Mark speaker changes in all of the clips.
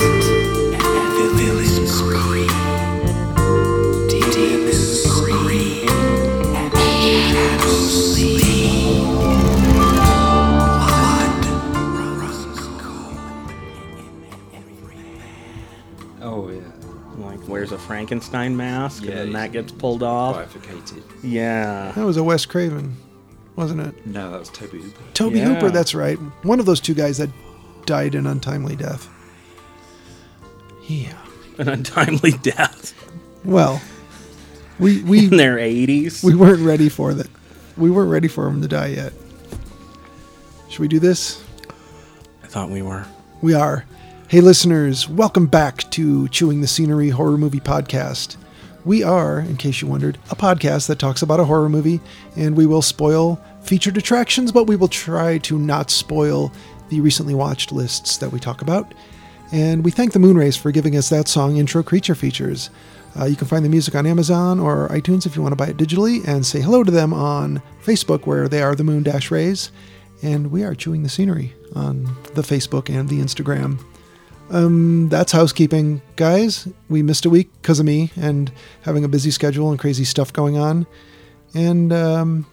Speaker 1: The village scream. Demons scream. Shadows lean. Blood runs cold in every
Speaker 2: Oh yeah.
Speaker 3: Like wears a Frankenstein mask,
Speaker 2: Yeah,
Speaker 3: and then
Speaker 2: he's-
Speaker 3: that gets pulled off.
Speaker 2: Bifurcated.
Speaker 3: Yeah.
Speaker 4: That was a Wes Craven, wasn't it?
Speaker 2: No, that was Toby Hooper.
Speaker 4: Toby
Speaker 3: Yeah.
Speaker 4: Hooper, that's right. One of those two guys that died an untimely death. Yeah.
Speaker 3: An untimely death
Speaker 4: Well, we
Speaker 3: in
Speaker 4: we
Speaker 3: their 80s.
Speaker 4: we weren't ready for that. We weren't ready for him to die yet. Should we do this?
Speaker 3: I thought we were.
Speaker 4: We are. Hey, listeners, welcome back to Chewing the Scenery Horror Movie Podcast. We are, in case you wondered, a podcast that talks about a horror movie, and we will spoil featured attractions, but we will try to not spoil the recently watched lists that we talk about. And we thank the Moonrays for giving us that song intro creature features. Uh, you can find the music on Amazon or iTunes if you want to buy it digitally, and say hello to them on Facebook, where they are the Moon Dash Rays and we are chewing the scenery on the Facebook and the Instagram. Um, that's housekeeping, guys. We missed a week because of me and having a busy schedule and crazy stuff going on, and um,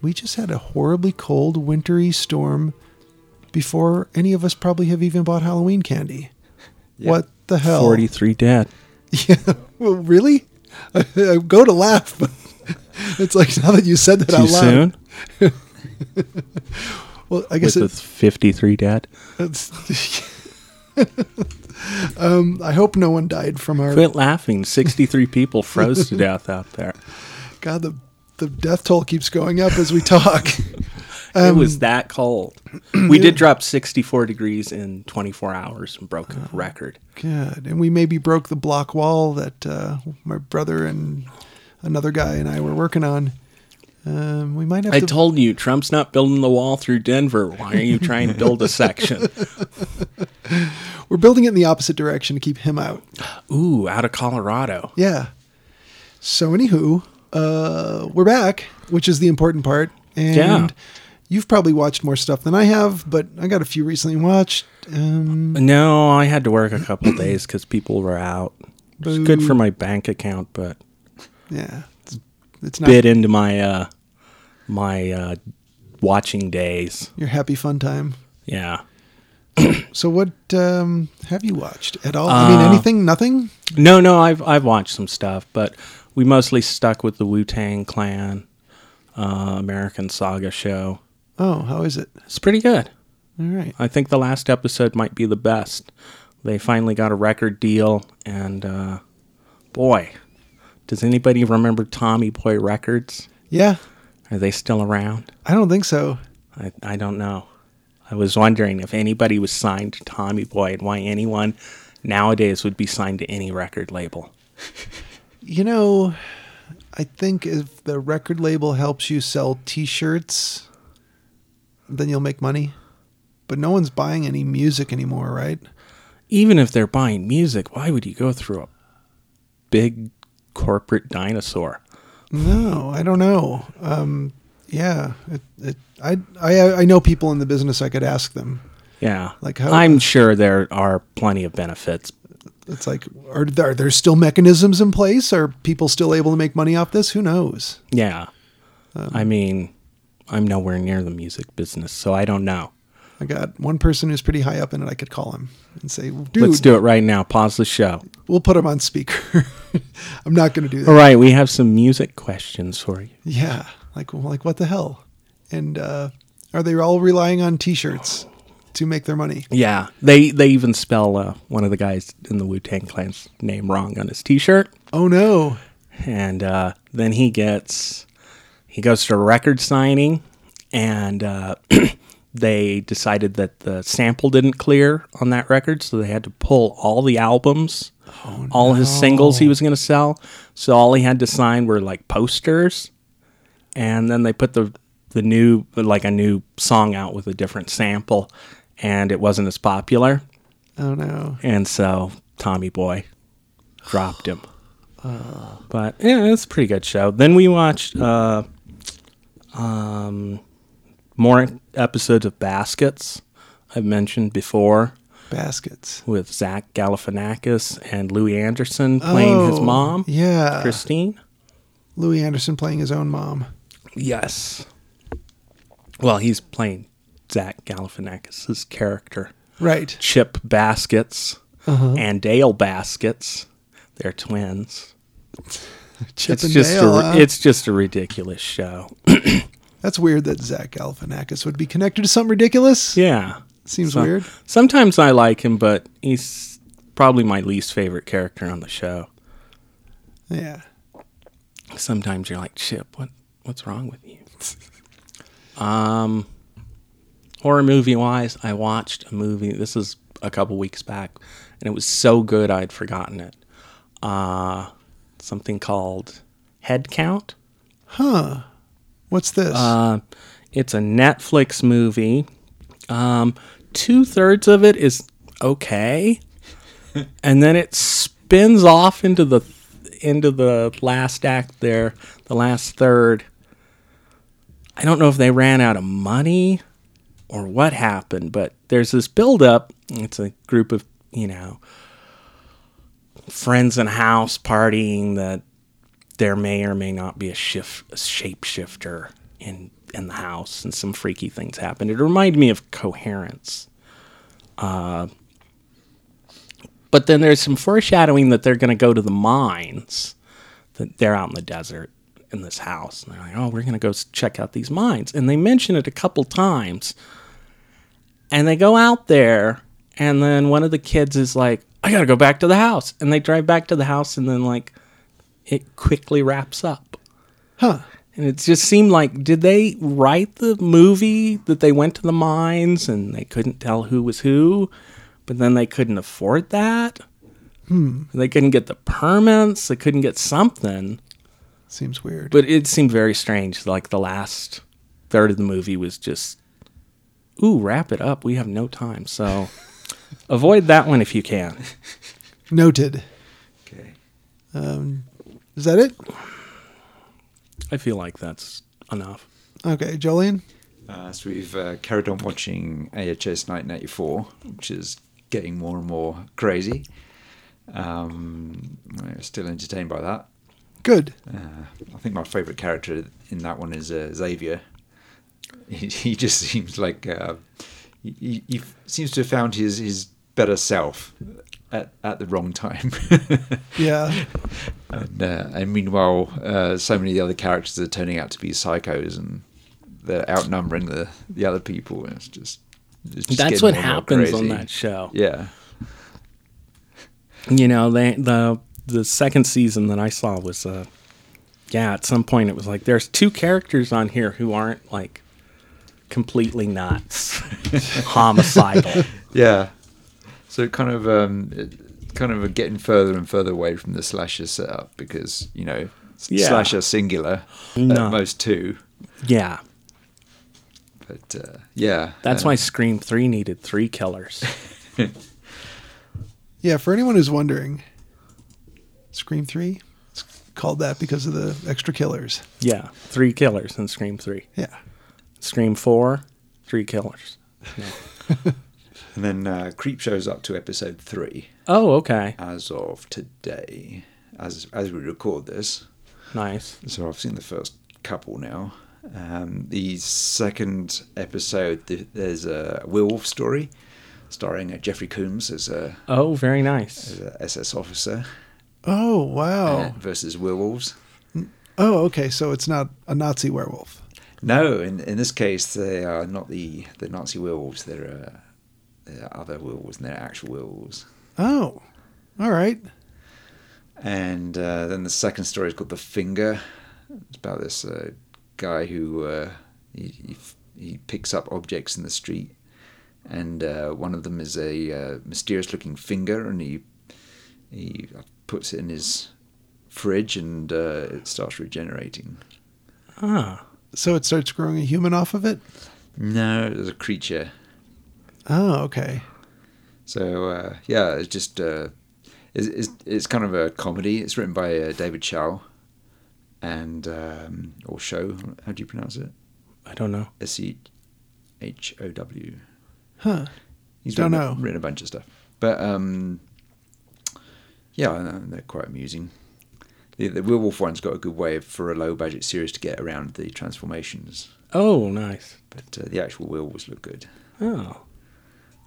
Speaker 4: we just had a horribly cold, wintry storm before any of us probably have even bought Halloween candy. What the hell?
Speaker 3: 43 dead.
Speaker 4: Yeah. Well, really? I go to laugh, but it's like now that you said that
Speaker 3: Too
Speaker 4: out loud.
Speaker 3: soon?
Speaker 4: Well, I guess
Speaker 3: With
Speaker 4: it,
Speaker 3: the 53 dead.
Speaker 4: That's- um, I hope no one died from our
Speaker 3: Quit laughing. 63 people froze to death out there.
Speaker 4: God. The the death toll keeps going up as we talk. Um,
Speaker 3: it was that cold. We did drop 64 degrees in 24 hours and broke
Speaker 2: Uh-huh.
Speaker 3: a record.
Speaker 4: Good, and we maybe broke the block wall that uh, my brother and another guy and I were working on. Um, we might have
Speaker 3: I
Speaker 4: to.
Speaker 3: told you, Trump's not building the wall through Denver. Why are you trying to build a section?
Speaker 4: we're building it in the opposite direction to keep him out.
Speaker 3: Ooh, out of Colorado.
Speaker 4: Yeah. So, anywho, uh, we're back, which is the important part. And
Speaker 3: Yeah.
Speaker 4: you've probably watched more stuff than I have, but I got a few recently watched. Um,
Speaker 3: No, I had to work a couple days because people were out. It was good for my bank account, but
Speaker 4: yeah. It's, it's not
Speaker 3: bit into my uh, my uh, watching days.
Speaker 4: your happy fun time.
Speaker 3: Yeah.
Speaker 4: So, what um, have you watched at all? I mean, anything? Nothing?
Speaker 3: No, no, I've I've watched some stuff, but we mostly stuck with the Wu Tang Clan, uh, American Saga show.
Speaker 4: Oh, how is it?
Speaker 3: It's pretty good.
Speaker 4: All right.
Speaker 3: I think the last episode might be the best. They finally got a record deal, and uh, boy, does anybody remember Tommy Boy Records?
Speaker 4: Yeah.
Speaker 3: Are they still around?
Speaker 4: I don't think so.
Speaker 3: I, I don't know. I was wondering if anybody was signed to Tommy Boy and why anyone nowadays would be signed to any record label.
Speaker 4: You know, I think if the record label helps you sell t shirts, then you'll make money. But no one's buying any music anymore, right?
Speaker 3: Even if they're buying music, why would you go through a big corporate dinosaur?
Speaker 4: No, I don't know. Um, yeah, it, it, I, I I know people in the business. I could ask them.
Speaker 3: Yeah.
Speaker 4: Like how-
Speaker 3: I'm sure there are plenty of benefits.
Speaker 4: It's like, are there, are there still mechanisms in place? Are people still able to make money off this? Who knows?
Speaker 3: Yeah. I mean, I'm nowhere near the music business, so I don't know.
Speaker 4: I got one person who's pretty high up in it. I could call him and say, dude,
Speaker 3: Let's do it right now. Pause the show.
Speaker 4: we'll put him on speaker. I'm not going to do that.
Speaker 3: All right, we have some music questions for you.
Speaker 4: Yeah. Like, like what the hell? And uh, are they all relying on t-shirts to make their money?
Speaker 3: Yeah, they they even spell uh, one of the guys in the Wu Tang Clan's name wrong on his T-shirt,
Speaker 4: Oh no.
Speaker 3: and uh, then he gets he goes to a record signing, and uh, they decided that the sample didn't clear on that record, so they had to pull all the albums, all his singles he was going to sell. So all he had to sign were like posters, and then they put the the new like a new song out with a different sample, and it wasn't as popular.
Speaker 4: Oh no.
Speaker 3: And so Tommy Boy dropped him. but yeah, it's a pretty good show. Then we watched uh, um, more episodes of Baskets I've mentioned before.
Speaker 4: baskets.
Speaker 3: with Zach Galifianakis and Louis Anderson playing his
Speaker 4: Oh,
Speaker 3: mom,
Speaker 4: Yeah.
Speaker 3: Christine.
Speaker 4: Louis Anderson playing his own mom.
Speaker 3: Yes. Well, he's playing Zach Galifianakis' character.
Speaker 4: Right.
Speaker 3: Chip Baskets
Speaker 4: Uh-huh.
Speaker 3: and Dale Baskets. They're twins.
Speaker 4: Chip
Speaker 3: it's
Speaker 4: and
Speaker 3: just
Speaker 4: Dale.
Speaker 3: a,
Speaker 4: huh?
Speaker 3: it's just a ridiculous show.
Speaker 4: That's weird that Zach Galifianakis would be connected to something ridiculous.
Speaker 3: Yeah.
Speaker 4: Seems
Speaker 3: So-
Speaker 4: weird.
Speaker 3: Sometimes I like him, but he's probably my least favorite character on the show.
Speaker 4: Yeah.
Speaker 3: Sometimes you're like, Chip, what what's wrong with you? um horror movie wise, I watched a movie this is a couple weeks back and it was so good I'd forgotten it. Uh something called Head Count.
Speaker 4: What's this?
Speaker 3: Uh, it's a Netflix movie. Um, two thirds of it is okay, and then it spins off into the into the last act there, the last third. I don't know if they ran out of money or what happened, but there's this buildup. It's a group of you know friends in a house partying that there may or may not be a shift a shapeshifter in in the house and some freaky things happen. It reminded me of coherence. Uh, but then there's some foreshadowing that they're gonna go to the mines. That they're out in the desert in this house. And they're like, oh, we're gonna go s- check out these mines. And they mention it a couple times. And they go out there, and then one of the kids is like, I gotta go back to the house. And they drive back to the house and then like it quickly wraps up.
Speaker 4: huh.
Speaker 3: And it just seemed like, did they write the movie that they went to the mines and they couldn't tell who was who, but then they couldn't afford that? Hmm. They couldn't get the permits, they couldn't get something.
Speaker 4: Seems weird.
Speaker 3: But it seemed very strange. Like the last third of the movie was just, ooh, wrap it up. We have no time. So avoid that one if you can.
Speaker 4: Noted.
Speaker 2: Okay.
Speaker 4: Is that it?
Speaker 3: I feel like that's enough.
Speaker 4: Okay, Jolien.
Speaker 2: Uh, so we've uh, carried on watching AHS 1984, which is getting more and more crazy. Um, we're still entertained by that.
Speaker 4: Good.
Speaker 2: Uh, I think my favourite character in that one is uh, Xavier. He, he just seems like uh, he- he, he seems to have found his, his better self at, at the wrong time.
Speaker 4: Yeah.
Speaker 2: And, uh, and meanwhile, uh, so many of the other characters are turning out to be psychos, and they're outnumbering the, the other people. And it's just, it's just
Speaker 3: That's
Speaker 2: getting
Speaker 3: what
Speaker 2: more and more
Speaker 3: happens on
Speaker 2: crazy.
Speaker 3: that show.
Speaker 2: Yeah,
Speaker 3: you know they, the the second season that i saw was uh yeah at some point it was like there's two characters on here who aren't like completely nuts homicidal
Speaker 2: yeah. So it kind of um, it- kind of getting further and further away from the slasher setup because you know s-
Speaker 3: Yeah.
Speaker 2: slasher singular
Speaker 3: No.
Speaker 2: at most two,
Speaker 3: yeah
Speaker 2: but uh, yeah,
Speaker 3: that's
Speaker 2: uh,
Speaker 3: why scream 3 needed three killers
Speaker 4: Yeah, for anyone who's wondering, Scream 3 it's called that because of the extra killers.
Speaker 3: yeah three killers in scream 3
Speaker 4: Yeah.
Speaker 3: scream 4 three killers
Speaker 2: And then uh, Creep shows up to episode three
Speaker 3: oh okay
Speaker 2: as of today, as as we record this.
Speaker 3: nice
Speaker 2: So I've seen the first couple now. Um, the second episode, th- there's a werewolf story starring uh, Jeffrey Coombs as a,
Speaker 3: oh very
Speaker 2: as
Speaker 3: nice
Speaker 2: a SS officer
Speaker 4: Oh,
Speaker 2: uh,
Speaker 4: wow.
Speaker 2: versus werewolves.
Speaker 4: Oh, okay. So it's not a Nazi werewolf.
Speaker 2: No, in, in this case, they are not the, the Nazi werewolves. They're, uh, they're other werewolves and they're actual werewolves.
Speaker 4: Oh, all right.
Speaker 2: And uh, then the second story is called The Finger. It's about this uh, guy who uh, he, he, f- he picks up objects in the street, and uh, one of them is a uh, mysterious looking finger, and he he puts it in his fridge, and uh, it starts regenerating.
Speaker 3: ah
Speaker 4: So it starts growing a human off of it?
Speaker 2: No, it was a creature.
Speaker 4: Oh, okay.
Speaker 2: So uh, yeah, it's just uh, it's, it's it's kind of a comedy. It's written by uh, David Chow, and um, or Show. How do you pronounce it?
Speaker 3: i don't know
Speaker 2: S E H O E W.
Speaker 4: Huh.
Speaker 2: He's
Speaker 4: Don't
Speaker 2: written, a-
Speaker 4: know.
Speaker 2: written a bunch of stuff, but um, yeah, I know, they're quite amusing. The, the Werewolf one's got a good way of, for a low budget series to get around the transformations,
Speaker 3: Oh, nice.
Speaker 2: but uh, the actual werewolves look good.
Speaker 3: Oh,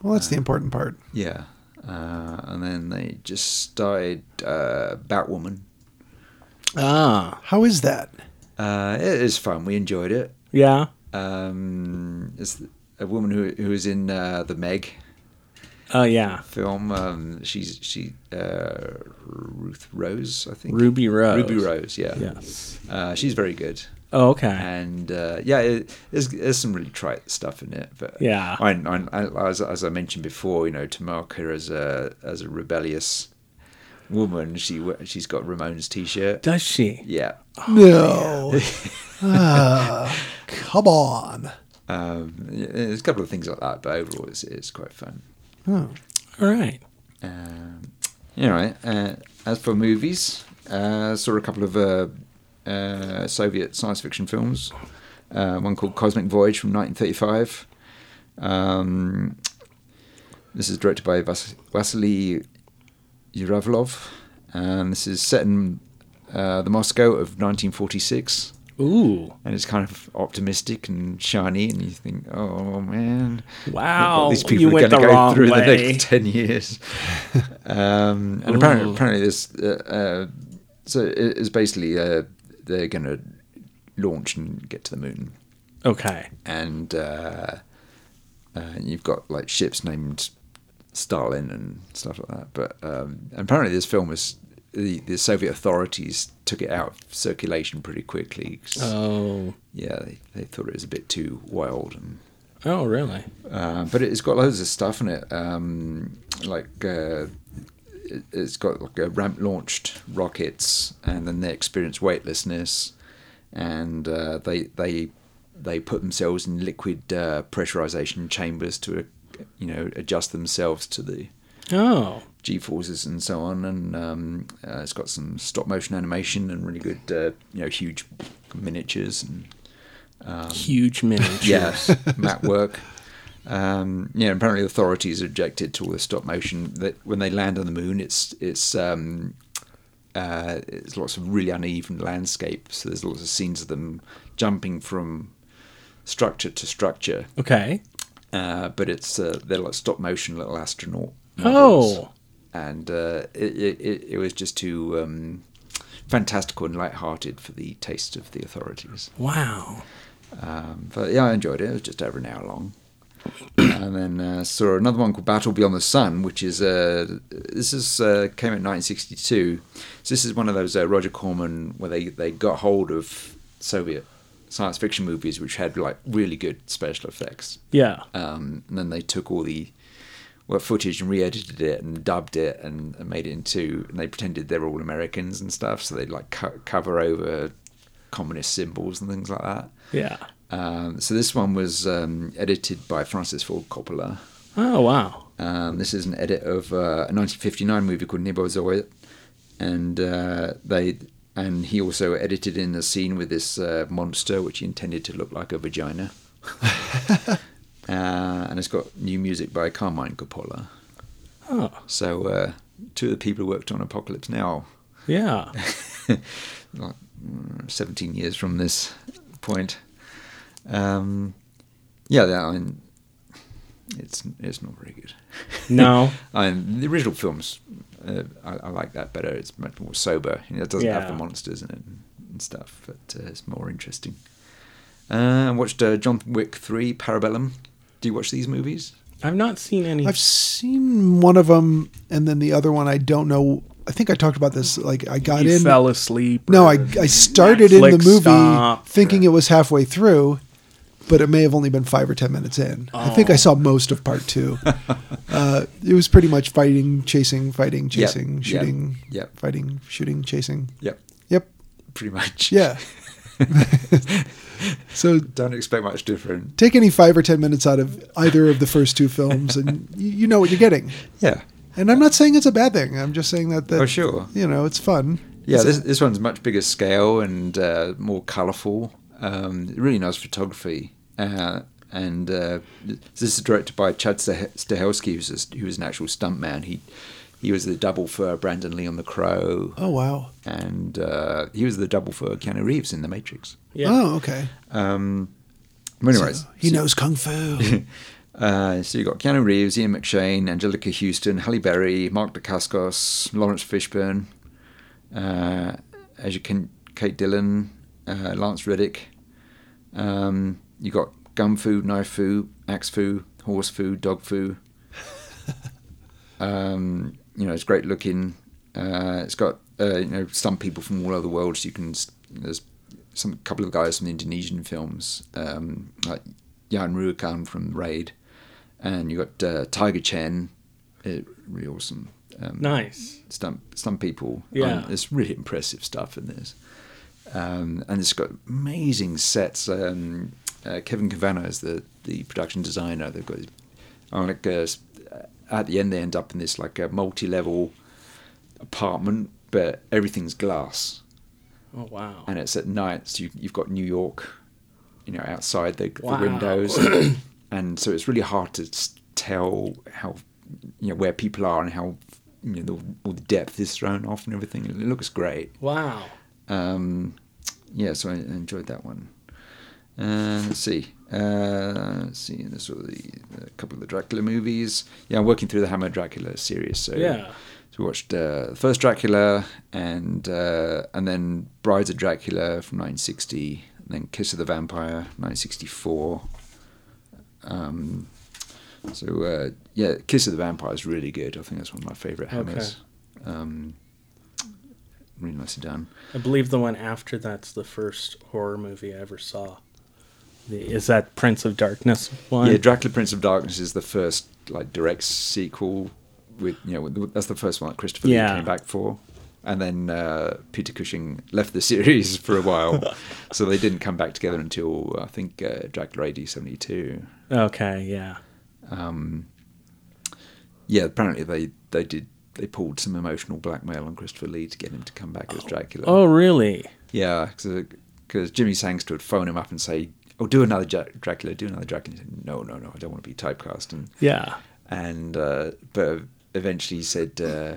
Speaker 4: Well, that's the important part.
Speaker 2: Yeah, uh, and then they just started uh, Batwoman.
Speaker 3: ah,
Speaker 4: How is that?
Speaker 2: Uh, it is fun. We enjoyed it.
Speaker 3: yeah.
Speaker 2: Um, it's a woman who who is in uh, the Meg
Speaker 3: Oh, yeah.
Speaker 2: film. Um, she's she uh, Ruth Rose, I think.
Speaker 3: Ruby Rose.
Speaker 2: Ruby Rose, yeah.
Speaker 3: Yes.
Speaker 2: Uh, she's very good,
Speaker 3: Oh, okay.
Speaker 2: and uh, yeah, it, there's, there's some really trite stuff in it. But
Speaker 3: Yeah.
Speaker 2: I, I, I, as, as I mentioned before, you know, to mark her as a as a rebellious woman, she we- she's got Ramones t-shirt.
Speaker 3: Does she?
Speaker 2: Yeah,
Speaker 4: No. Ah, come on.
Speaker 2: um, yeah, there's a couple of things like that, but overall, it's it's quite fun.
Speaker 4: Oh,
Speaker 3: All right.
Speaker 2: Um, all right. Uh, as for movies, uh, saw a couple of uh, uh, Soviet science fiction films. Uh, one called Cosmic Voyage from 1935. Um, this is directed by Vas- Vasily Yuravlov, and this is set in uh, the Moscow of 1946
Speaker 3: Ooh.
Speaker 2: and it's kind of optimistic and shiny, and you think, "Oh man,
Speaker 3: Wow,
Speaker 2: these people
Speaker 3: you
Speaker 2: are
Speaker 3: went
Speaker 2: going to
Speaker 3: the
Speaker 2: go
Speaker 3: wrong
Speaker 2: through the
Speaker 3: way.
Speaker 2: next ten years." um, and
Speaker 3: Ooh.
Speaker 2: apparently, apparently, this uh, uh, so it- it's basically uh, they're going to launch and get to the moon,
Speaker 3: Okay.
Speaker 2: and uh, uh, you've got like ships named Stalin and stuff like that. But um, apparently, this film was. The, the Soviet authorities took it out of circulation pretty quickly. 'cause-
Speaker 3: Oh.
Speaker 2: yeah, they, they thought it was a bit too wild. And,
Speaker 3: Oh, really?
Speaker 2: uh, but it's got loads of stuff in it. Um, like uh, it, it's got like a ramp launched rockets, and then they experience weightlessness, and uh, they they they put themselves in liquid uh, pressurization chambers to uh, you know adjust themselves to the
Speaker 3: Oh.
Speaker 2: G forces and so on, and um, uh, it's got some stop motion animation and really good, uh, you know, huge miniatures and
Speaker 3: Huge miniature.
Speaker 2: Yes, mat work. Um, yeah, apparently authorities objected to all this stop motion. That when they land on the moon, it's it's um, uh, it's lots of really uneven landscapes. So there's lots of scenes of them jumping from structure to structure.
Speaker 3: Okay.
Speaker 2: Uh, but it's uh, they're like stop motion little astronaut.
Speaker 3: Oh.
Speaker 2: and uh, it, it it- it was just too um, fantastical and light-hearted for the taste of the authorities.
Speaker 3: Wow.
Speaker 2: Um, but yeah, I enjoyed it. It was just over an hour long. and then uh, saw another one called Battle Beyond the Sun, which is uh, this is uh, came in 1962. So this is one of those uh, Roger Corman where they they got hold of Soviet science fiction movies which had like really good special effects.
Speaker 3: Yeah.
Speaker 2: Um, and then they took all the well, footage and re-edited it and dubbed it and, and made it into and they pretended they're all Americans and stuff. So they like co- cover over communist symbols and things like that.
Speaker 3: Yeah.
Speaker 2: Um, so this one was um, edited by Francis Ford Coppola.
Speaker 3: Oh, wow.
Speaker 2: Um, this is an edit of uh, a 1959 movie called Nebozoid, and uh, they and he also edited in a scene with this uh, monster, which he intended to look like a vagina. uh, and it's got new music by Carmine Coppola.
Speaker 3: Oh,
Speaker 2: So uh, two of the people who worked on Apocalypse Now,
Speaker 3: yeah.
Speaker 2: like mm, 17 years from this point. Um, yeah, that, I mean, it's it's not very good.
Speaker 3: No.
Speaker 2: I mean, the original films, uh, I, I like that better. It's much more sober. You know, it doesn't have the
Speaker 3: Yeah.
Speaker 2: monsters in it and, and stuff, but uh, it's more interesting. Uh, I watched uh, John Wick 3, Parabellum. Do you watch these movies?
Speaker 3: I've not seen any.
Speaker 4: I've seen one of them, and then the other one I don't know. I think I talked about this. Like I got
Speaker 3: you
Speaker 4: in.
Speaker 3: fell asleep.
Speaker 4: no,
Speaker 3: or-
Speaker 4: I I started in the
Speaker 3: Netflix
Speaker 4: movie
Speaker 3: stopped
Speaker 4: thinking
Speaker 3: or-
Speaker 4: it was halfway through, but it may have only been five or ten minutes in. I think
Speaker 3: Oh.
Speaker 4: I saw most of part two. uh, it was pretty much fighting, chasing, fighting,
Speaker 2: Yep,
Speaker 4: chasing,
Speaker 2: yep,
Speaker 4: shooting,
Speaker 2: yep.
Speaker 4: fighting, shooting, chasing.
Speaker 2: Yep,
Speaker 4: Yep.
Speaker 2: pretty much.
Speaker 4: Yeah. so
Speaker 2: Don't expect much different.
Speaker 4: take any five or ten minutes out of either of the first two films, and you, you know what you're getting.
Speaker 2: Yeah.
Speaker 4: And I'm not saying it's a bad thing. I'm just saying that, that
Speaker 2: Oh, sure.
Speaker 4: you know, it's fun.
Speaker 2: Yeah,
Speaker 4: It's-
Speaker 2: this, this one's much bigger scale and uh, more colourful. Um, really nice photography. Uh, and uh, this is directed by Chad Stah- Stahelski, who's a, who was an actual stuntman. He he was the double for Brandon Lee on The Crow,
Speaker 4: Oh wow.
Speaker 2: and uh, he was the double for Keanu Reeves in The Matrix.
Speaker 3: Yeah.
Speaker 4: Oh okay.
Speaker 2: But
Speaker 4: So
Speaker 2: anyways,
Speaker 4: he knows kung fu.
Speaker 2: Uh, so you've got Keanu Reeves, Ian McShane, Angelica Houston, Halle Berry, Mark Dacascos, Lawrence Fishburne, uh, as you can, Kate Dillon, uh, Lance Reddick. Um, you've got gum foo, knife foo, axe foo, horse foo, dog foo. um, you know, it's great looking. Uh, it's got, uh, you know, some people from all over the world. So you can, s- there's some couple of guys from Indonesian films, um, like Jan Ruikan from Raid, and you got uh, Tiger Chen, uh, really awesome. Um,
Speaker 3: Nice.
Speaker 2: stunt stunt people.
Speaker 3: Yeah.
Speaker 2: um, it's really impressive stuff in this, um, and it's got amazing sets. Um, uh, Kevin Cavanaugh is the the production designer. They've got uh, like uh, s- at the end they end up in this like a multi level apartment, but everything's glass
Speaker 3: Oh wow.
Speaker 2: and it's at night, so you, you've got New York, you know, outside the,
Speaker 3: Wow.
Speaker 2: the windows, and so it's really hard to s- tell how, you know, where people are and how, you know, the, all the depth is thrown off and everything. It looks great.
Speaker 3: Wow.
Speaker 2: Um, yeah, so I enjoyed that one. Uh, let's see. Uh, let's see, and there's sort of the, a couple of the Dracula movies. Yeah, I'm working through the Hammer Dracula series. So
Speaker 3: Yeah.
Speaker 2: so we watched uh, the first Dracula and uh, and then Brides of Dracula from 1960, and then Kiss of the Vampire 1964. Um, so uh, yeah, Kiss of the Vampire is really good. I think that's one of my favorite
Speaker 3: Okay.
Speaker 2: hammers. Um, really nicely done.
Speaker 3: I believe the one after that's the first horror movie I ever saw. The, is that Prince of Darkness one?
Speaker 2: Yeah, Dracula Prince of Darkness is the first like direct sequel with you know with- that's the first one that Christopher Lee
Speaker 3: Yeah.
Speaker 2: came back for, and then uh, Peter Cushing left the series for a while, so they didn't come back together until I think uh, Dracula AD seventy two.
Speaker 3: okay. Yeah.
Speaker 2: Yeah, apparently they they did they pulled some emotional blackmail on Christopher Lee to get him to come back as Dracula.
Speaker 3: Oh really?
Speaker 2: Yeah, because Jimmy Sangster would phone him up and say, "Oh, do another Ja- Dracula, do another Dracula." He said, "No, no, no, I don't want to be typecast." And
Speaker 3: Yeah.
Speaker 2: and uh, but eventually he said, uh,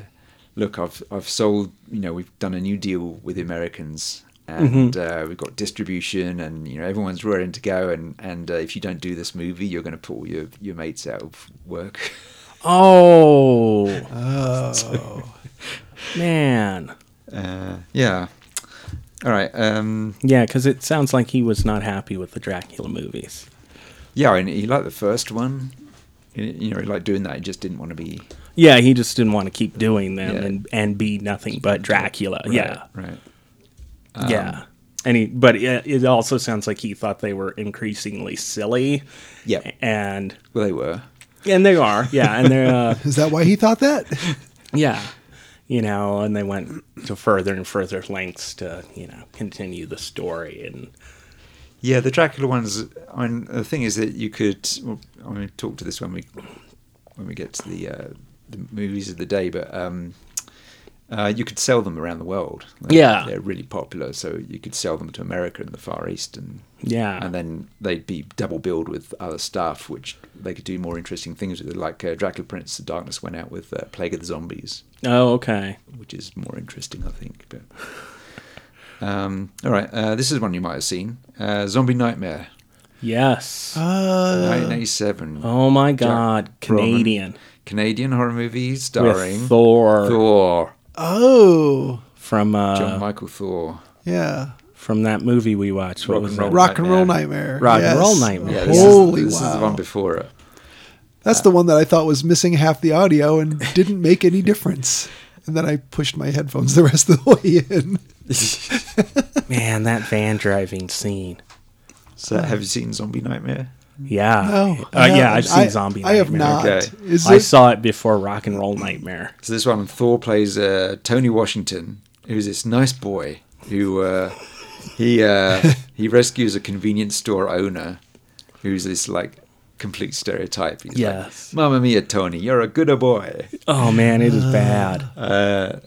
Speaker 2: "Look, I've I've sold. You know, we've done a new deal with the Americans, and uh, we've got distribution, and you know everyone's raring to go. And and uh, if you don't do this movie, you're going to pull your your mates out of work."
Speaker 3: Oh
Speaker 4: Oh.
Speaker 3: man.
Speaker 2: Uh, yeah. All right. Um,
Speaker 3: Yeah, because it sounds like he was not happy with the Dracula movies.
Speaker 2: yeah, and he liked the first one. You know, he liked doing that. He just didn't want to be.
Speaker 3: Yeah, he just didn't want to keep doing them
Speaker 2: Yeah.
Speaker 3: and, and be nothing but Dracula. Yeah,
Speaker 2: Right. right.
Speaker 3: yeah. And he, but it, it also sounds like he thought they were increasingly silly.
Speaker 2: Yeah.
Speaker 3: and
Speaker 2: Well, they were.
Speaker 3: and they are. Yeah, and they're uh,
Speaker 4: Is that why he thought that?
Speaker 3: yeah, you know, and they went to further and further lengths to you know continue the story and
Speaker 2: Yeah, the Dracula ones. I mean, the thing is that you could. Well, I mean, talk to this when we when we get to the uh, the movies of the day, but um, uh, you could sell them around the world. Like,
Speaker 3: Yeah.
Speaker 2: they're really popular, so you could sell them to America and the Far East, and
Speaker 3: yeah,
Speaker 2: and then they'd be double billed with other stuff, which they could do more interesting things with. Like uh, Dracula Prince of Darkness went out with uh, Plague of the Zombies,
Speaker 3: oh okay,
Speaker 2: which is more interesting, I think. But um, all right, uh, this is one you might have seen: uh, Zombie Nightmare.
Speaker 3: yes.
Speaker 4: Uh,
Speaker 2: 1987.
Speaker 3: oh my God,
Speaker 2: Broman.
Speaker 3: Canadian
Speaker 2: Canadian horror movie
Speaker 3: with
Speaker 2: starring
Speaker 3: Thor,
Speaker 2: Thor.
Speaker 4: oh.
Speaker 3: from uh,
Speaker 2: John Michael Thor.
Speaker 4: Yeah.
Speaker 3: from that movie we watched. What
Speaker 2: Rock
Speaker 3: was
Speaker 2: and
Speaker 3: that?
Speaker 2: Roll
Speaker 4: Rock and Roll Nightmare.
Speaker 3: Rock and
Speaker 4: Yes.
Speaker 3: Roll Nightmare.
Speaker 2: Yeah, this,
Speaker 4: Holy
Speaker 2: is, this
Speaker 4: wow.
Speaker 2: is the one before it.
Speaker 4: That's the one that I thought was missing half the audio and didn't make any difference. And then I pushed my headphones the rest of the way in.
Speaker 3: Man, that van driving scene.
Speaker 2: So, have you seen Zombie Nightmare?
Speaker 3: Yeah.
Speaker 4: No,
Speaker 3: Uh,
Speaker 4: I
Speaker 3: yeah, I've
Speaker 4: haven't.
Speaker 3: seen
Speaker 4: I-
Speaker 3: Zombie
Speaker 4: I
Speaker 3: Nightmare.
Speaker 4: have not.
Speaker 2: Okay.
Speaker 4: Is
Speaker 3: I
Speaker 4: it-
Speaker 3: saw it before Rock and Roll Nightmare.
Speaker 2: So this one, Thor plays uh, Tony Washington, who's this nice boy who uh, he uh, he rescues a convenience store owner who's this like complete stereotype. He's
Speaker 3: Yes.
Speaker 2: like, "Mamma mia, Tony, you're a good boy."
Speaker 3: Oh, man, it is bad.
Speaker 2: Uh,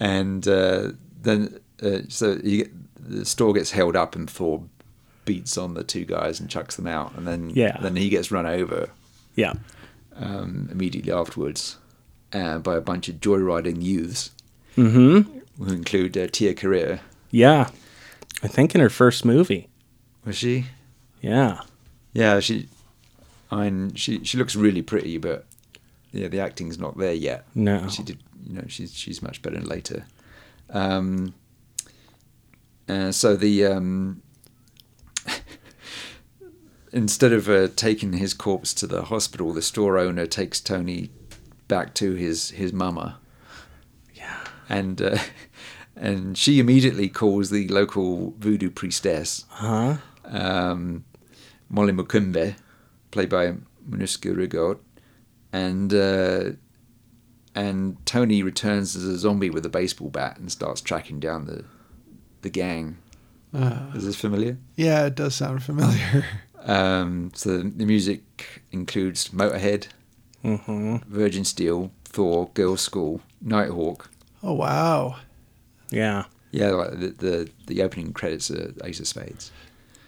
Speaker 2: and uh, then uh, so you get, the store gets held up, and Thor beats on the two guys and chucks them out, and then
Speaker 3: Yeah.
Speaker 2: then he gets run over
Speaker 3: Yeah.
Speaker 2: um, immediately afterwards uh, by a bunch of joyriding youths, mm-hmm. who include uh, Tia Carrera.
Speaker 3: Yeah. I think in her first movie.
Speaker 2: Was she?
Speaker 3: Yeah.
Speaker 2: Yeah, she. I mean, she she looks really pretty, but yeah, the acting's not there yet.
Speaker 3: No.
Speaker 2: she did. You know, she's she's much better later. Um, uh, so the um, instead of uh, taking his corpse to the hospital, the store owner takes Tony back to his his mama. Yeah, and uh, and she immediately calls the local voodoo priestess
Speaker 3: Huh?
Speaker 2: um, Molly Mukumbe, played by Munuska Rigaud, and uh, and Tony returns as a zombie with a baseball bat and starts tracking down the the gang. Is this familiar?
Speaker 4: Yeah, it does sound familiar.
Speaker 2: Um, so the music includes Motorhead, Virgin Steel, Thor, Girls' School, Nighthawk.
Speaker 4: Oh wow.
Speaker 3: Yeah.
Speaker 2: Yeah, like the, the the opening credits are Ace of Spades.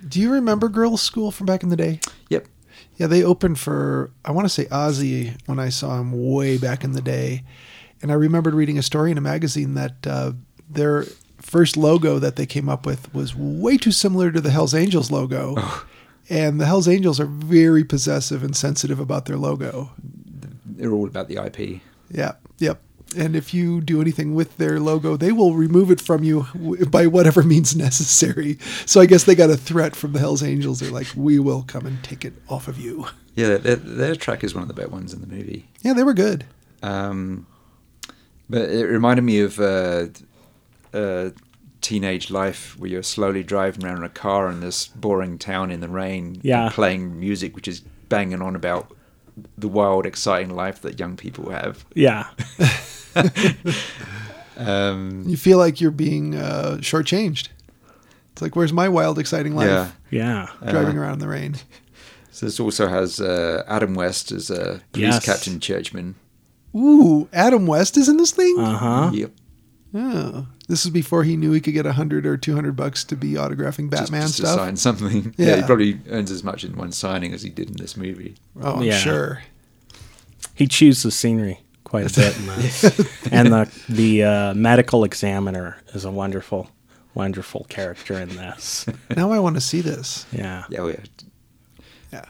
Speaker 4: Do you remember girls' school from back in the day?
Speaker 2: Yep.
Speaker 4: Yeah, they opened for I want to say Ozzy when I saw him way back in the day, and I remembered reading a story in a magazine that uh, their first logo that they came up with was way too similar to the Hell's Angels logo, and the Hell's Angels are very possessive and sensitive about their logo.
Speaker 2: They're all about the IP.
Speaker 4: Yeah, yep. And if you do anything with their logo, they will remove it from you w- by whatever means necessary. So I guess they got a threat from the Hell's Angels. They're like, "We will come and take it off of you."
Speaker 2: Yeah, their, their track is one of the better ones in the movie.
Speaker 4: Yeah, they were good.
Speaker 2: Um, but it reminded me of uh, uh, teenage life where you're slowly driving around in a car in this boring town in the rain, and
Speaker 3: Yeah.
Speaker 2: playing music which is banging on about the wild, exciting life that young people have.
Speaker 3: Yeah.
Speaker 2: Um,
Speaker 4: You feel like you're being uh, shortchanged. It's like, where's my wild, exciting life?
Speaker 2: yeah.
Speaker 3: Yeah.
Speaker 4: Driving around in the rain.
Speaker 2: So this also has uh, Adam West as a police
Speaker 3: Yes.
Speaker 2: captain churchman.
Speaker 4: Ooh, Adam West is in this thing.
Speaker 2: Uh-huh.
Speaker 3: Uh huh.
Speaker 2: Yep.
Speaker 4: oh, this is before he knew he could get a hundred or two hundred bucks to be autographing
Speaker 2: Just,
Speaker 4: Batman
Speaker 2: just to
Speaker 4: stuff.
Speaker 2: sign something. yeah, he
Speaker 4: Yeah.
Speaker 2: probably earns as much in one signing as he did in this movie.
Speaker 4: Oh, I'm
Speaker 3: Yeah.
Speaker 4: sure.
Speaker 3: He chews the scenery quite a bit in this. and the the uh, medical examiner is a wonderful, wonderful character in this.
Speaker 4: Now I want to see this.
Speaker 3: Yeah.
Speaker 2: Yeah, well, yeah.
Speaker 4: Yeah,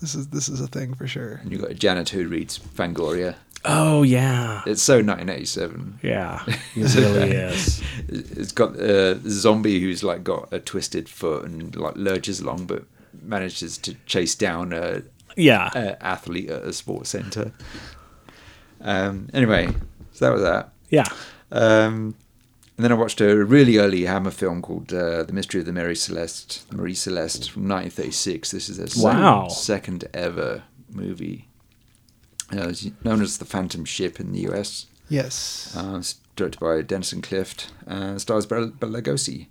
Speaker 4: this is this is a thing for sure.
Speaker 2: and you've got a janitor who reads Fangoria.
Speaker 3: Oh yeah.
Speaker 2: It's so 1987.
Speaker 3: Yeah. It really is.
Speaker 2: It's got a zombie who's like got a twisted foot and like lurches along, but manages to chase down a,
Speaker 3: Yeah.
Speaker 2: a athlete at a sports center. Um, anyway, so that was that.
Speaker 3: Yeah.
Speaker 2: Um, and then I watched a really early Hammer film called uh, "The Mystery of the Mary Celeste." Marie Celeste from 1936. This is their second,
Speaker 3: Wow.
Speaker 2: second ever movie. Uh, it's known as the Phantom Ship in the US.
Speaker 4: Yes.
Speaker 2: Uh, it's directed by Denison Clift. Uh, stars Bela Bela Lugosi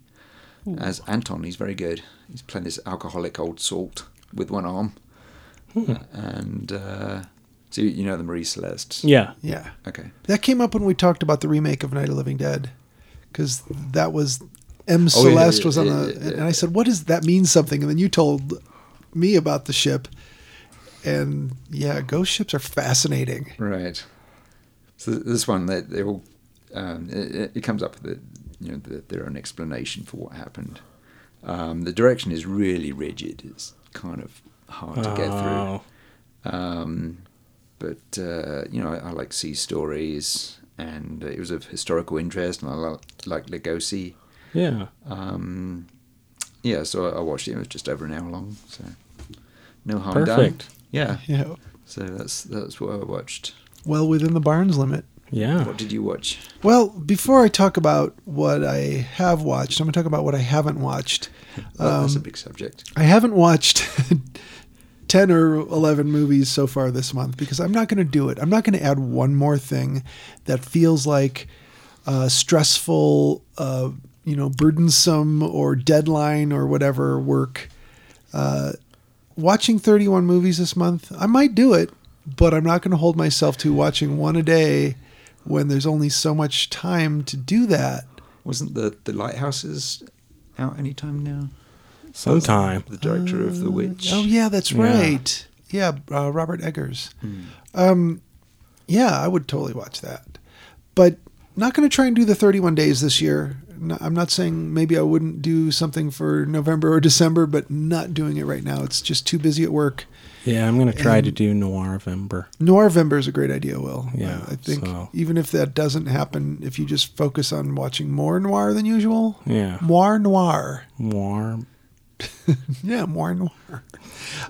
Speaker 2: as Anton. He's very good. He's playing this alcoholic old salt with one arm. And uh, so you know the Marie Celeste.
Speaker 3: Yeah.
Speaker 4: yeah.
Speaker 2: Okay.
Speaker 4: That came up when we talked about the remake of Night of the Living Dead, because that was M.
Speaker 2: Oh, yeah,
Speaker 4: Celeste
Speaker 2: yeah,
Speaker 4: was on
Speaker 2: yeah,
Speaker 4: the,
Speaker 2: yeah, yeah.
Speaker 4: and I said, "What does that mean?" Something, and then you told me about the ship, and yeah, ghost ships are fascinating.
Speaker 2: Right. So th- this one, they, they all, um, it, it comes up with the, you know the, their own explanation for what happened. Um, the direction is really rigid. It's kind of hard to get through.
Speaker 3: Oh.
Speaker 2: Um, but uh, you know, I, I like sea stories, and it was of historical interest, and I like, like Lugosi.
Speaker 3: Yeah.
Speaker 2: Um, yeah, so I, I watched it. It was just over an hour long, so no harm
Speaker 3: Perfect.
Speaker 2: done. Yeah,
Speaker 4: Yeah,
Speaker 2: so that's that's what I watched.
Speaker 4: well within the Barnes limit.
Speaker 3: Yeah.
Speaker 2: What did you watch?
Speaker 4: Well, before I talk about what I have watched, I'm going to talk about what I haven't watched.
Speaker 2: Well,
Speaker 4: Um,
Speaker 2: that's a big subject.
Speaker 4: I haven't watched 10 or 11 movies so far this month because I'm not going to do it. I'm not going to add one more thing that feels like uh, stressful, uh, you know, burdensome or deadline or whatever work. Uh, watching 31 movies this month, I might do it, but I'm not going to hold myself to watching one a day when there's only so much time to do that.
Speaker 2: Wasn't the the lighthouses out any time now?
Speaker 3: sometime.
Speaker 2: the director of The Witch.
Speaker 4: Oh yeah, that's
Speaker 3: Yeah. Hmm.
Speaker 4: right. Yeah, uh, Robert Eggers. Um, yeah, I would totally watch that, but not going to try and do the 31 days this year. No, I'm not saying maybe I wouldn't do something for November or December, but not doing it right now. It's just too busy at work.
Speaker 3: Yeah, I'm gonna try to do Noir November.
Speaker 4: November is a great idea, Will.
Speaker 3: Yeah,
Speaker 4: I think
Speaker 3: so-
Speaker 4: even if that doesn't happen, if you just focus on watching more noir than usual,
Speaker 3: Yeah.
Speaker 4: more noir.
Speaker 3: Noir.
Speaker 4: Yeah, more noir.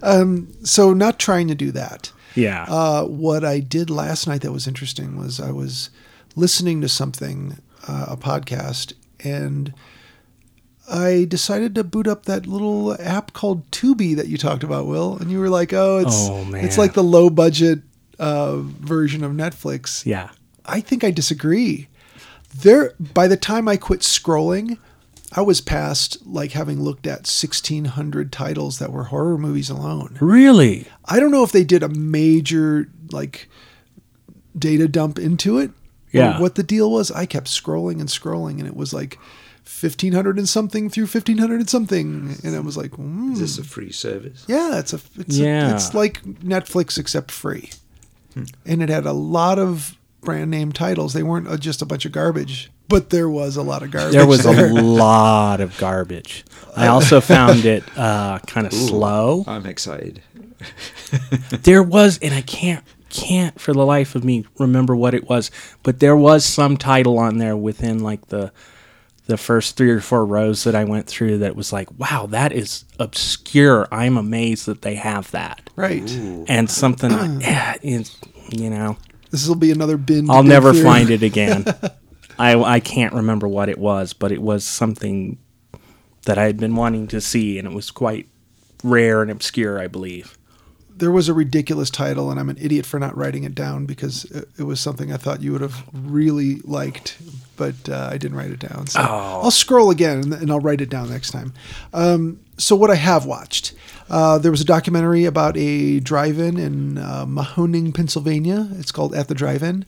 Speaker 4: Um, so not trying to do that.
Speaker 3: Yeah.
Speaker 4: Uh, what I did last night that was interesting was I was listening to something, uh, a podcast, and I decided to boot up that little app called Tubi that you talked about, Will. And you were like, "Oh, it's
Speaker 3: Oh, man.
Speaker 4: it's like the low budget uh, version of Netflix."
Speaker 3: yeah.
Speaker 4: I think I disagree. There, by the time I quit scrolling, I was past like having looked at sixteen hundred titles that were horror movies alone.
Speaker 3: Really?
Speaker 4: I don't know if they did a major like data dump into it. or
Speaker 3: Yeah.
Speaker 4: what the deal was, I kept scrolling and scrolling, and it was like fifteen hundred and something through fifteen hundred and something, and I was like, mm,
Speaker 2: Is this a free service?
Speaker 4: yeah, it's a, it's a-
Speaker 3: Yeah.
Speaker 4: it's like Netflix except free,
Speaker 2: Hmm.
Speaker 4: and it had a lot of brand name titles. They weren't uh, just a bunch of garbage, but there was a lot of garbage.
Speaker 3: There was a lot of garbage. I also found it uh, kind of slow.
Speaker 2: I'm excited.
Speaker 3: There was, and I can't can't for the life of me remember what it was, but there was some title on there within like the the first three or four rows that I went through that was like, wow, that is obscure. I'm amazed that they have that.
Speaker 4: right.
Speaker 3: And something, yeah, it's- you know,
Speaker 4: This will be another bin.
Speaker 3: I'll never find it again. I I can't remember what it was, but it was something that I had been wanting to see, and it was quite rare and obscure, I believe.
Speaker 4: there was a ridiculous title, and I'm an idiot for not writing it down because it, it was something I thought you would have really liked, but uh, I didn't write it down. So I'll scroll again and, and I'll write it down next time. Um, so what I have watched, uh, there was a documentary about a drive-in in uh, Mahoning, Pennsylvania. It's called At the Drive-In,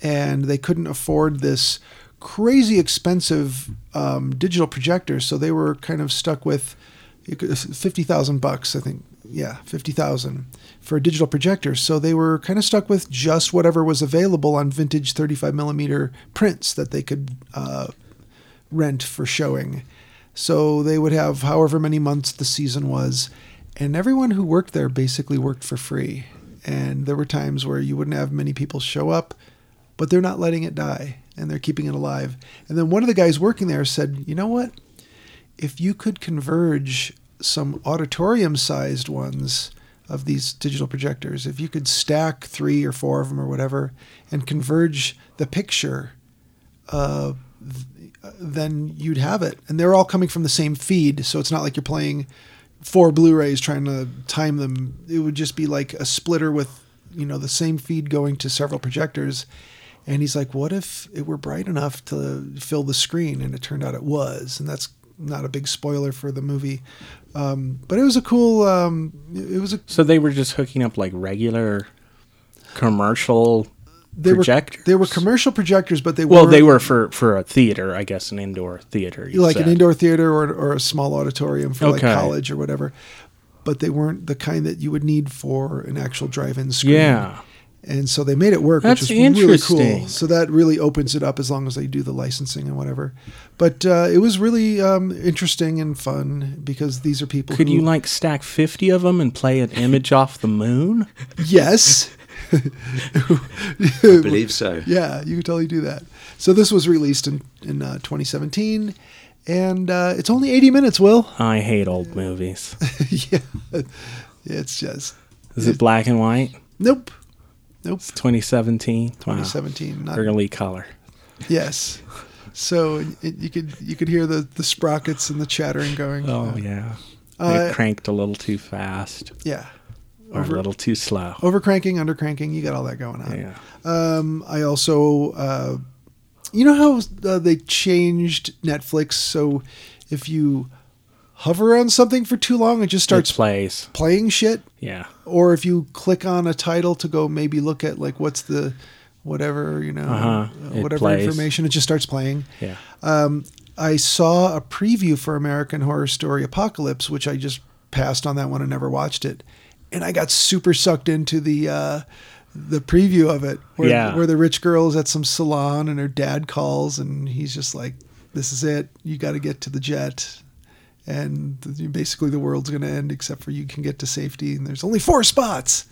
Speaker 4: and they couldn't afford this crazy expensive um, digital projector, so they were kind of stuck with you could- 50,000 bucks, I think. Yeah, 50,000 for a digital projector. So they were kind of stuck with just whatever was available on vintage 35 millimeter prints that they could uh, rent for showing. So they would have however many months the season was. And everyone who worked there basically worked for free. And there were times where you wouldn't have many people show up, but they're not letting it die and they're keeping it alive. And then one of the guys working there said, You know what? if you could converge some auditorium sized ones of these digital projectors, if you could stack three or four of them or whatever and converge the picture, uh, th- then you'd have it. And they're all coming from the same feed. So it's not like you're playing four Blu rays trying to time them. It would just be like a splitter with, you know, the same feed going to several projectors. And he's like, what if it were bright enough to fill the screen? And it turned out it was. And that's not a big spoiler for the movie. Um, but it was a cool, um, it was a,
Speaker 3: So they were just hooking up like regular commercial
Speaker 4: they
Speaker 3: projectors.
Speaker 4: were, they were commercial projectors, but they
Speaker 3: well,
Speaker 4: were,
Speaker 3: they were for for a theater, I guess, an indoor theater. you
Speaker 4: like an
Speaker 3: said.
Speaker 4: indoor theater or, or a small auditorium for
Speaker 3: Okay.
Speaker 4: like college or whatever. But they weren't the kind that you would need for an actual drive-in screen.
Speaker 3: Yeah.
Speaker 4: And so they made it work,
Speaker 3: That's
Speaker 4: which was really cool.
Speaker 3: interesting.
Speaker 4: So that really opens it up as long as they do the licensing and whatever. But uh, it was really um, interesting and fun because these are people
Speaker 3: Could
Speaker 4: who
Speaker 3: you like stack fifty of them and play an image off the moon?
Speaker 4: yes.
Speaker 2: I believe so.
Speaker 4: Yeah, you could totally do that. So this was released in, in uh, 2017, and uh, it's only 80 minutes, Will.
Speaker 3: I hate old movies.
Speaker 4: yeah, it's just,
Speaker 3: Is it black and white?
Speaker 4: nope, nope.
Speaker 3: It's 2017.
Speaker 4: 2017.
Speaker 3: Wow.
Speaker 4: Not,
Speaker 3: Early color.
Speaker 4: yes. So it, you could you could hear the, the sprockets and the chattering going.
Speaker 3: Oh yeah,
Speaker 4: Uh,
Speaker 3: they cranked a little too fast
Speaker 4: yeah.
Speaker 3: or a little too slow.
Speaker 4: Over cranking, under cranking, you got all that going on.
Speaker 3: Yeah,
Speaker 4: Um, I also, uh, you know how uh, they changed Netflix, so if you hover on something for too long, it just
Speaker 3: starts
Speaker 4: starts
Speaker 3: plays.
Speaker 4: playing shit.
Speaker 3: Yeah,
Speaker 4: Or if you click on a title to go maybe look at like what's the whatever you know uh,
Speaker 3: Uh-huh. It
Speaker 4: whatever
Speaker 3: plays.
Speaker 4: information, it just starts playing.
Speaker 3: yeah.
Speaker 4: Um, I saw a preview for American Horror Story Apocalypse, which I just passed on that one and never watched it. And I got super sucked into the uh, the preview of it, where,
Speaker 3: Yeah.
Speaker 4: where the rich girl is at some salon and her dad calls and he's just like, "This is it. You got to get to the jet." And basically, the world's going to end except for you can get to safety, and there's only four spots.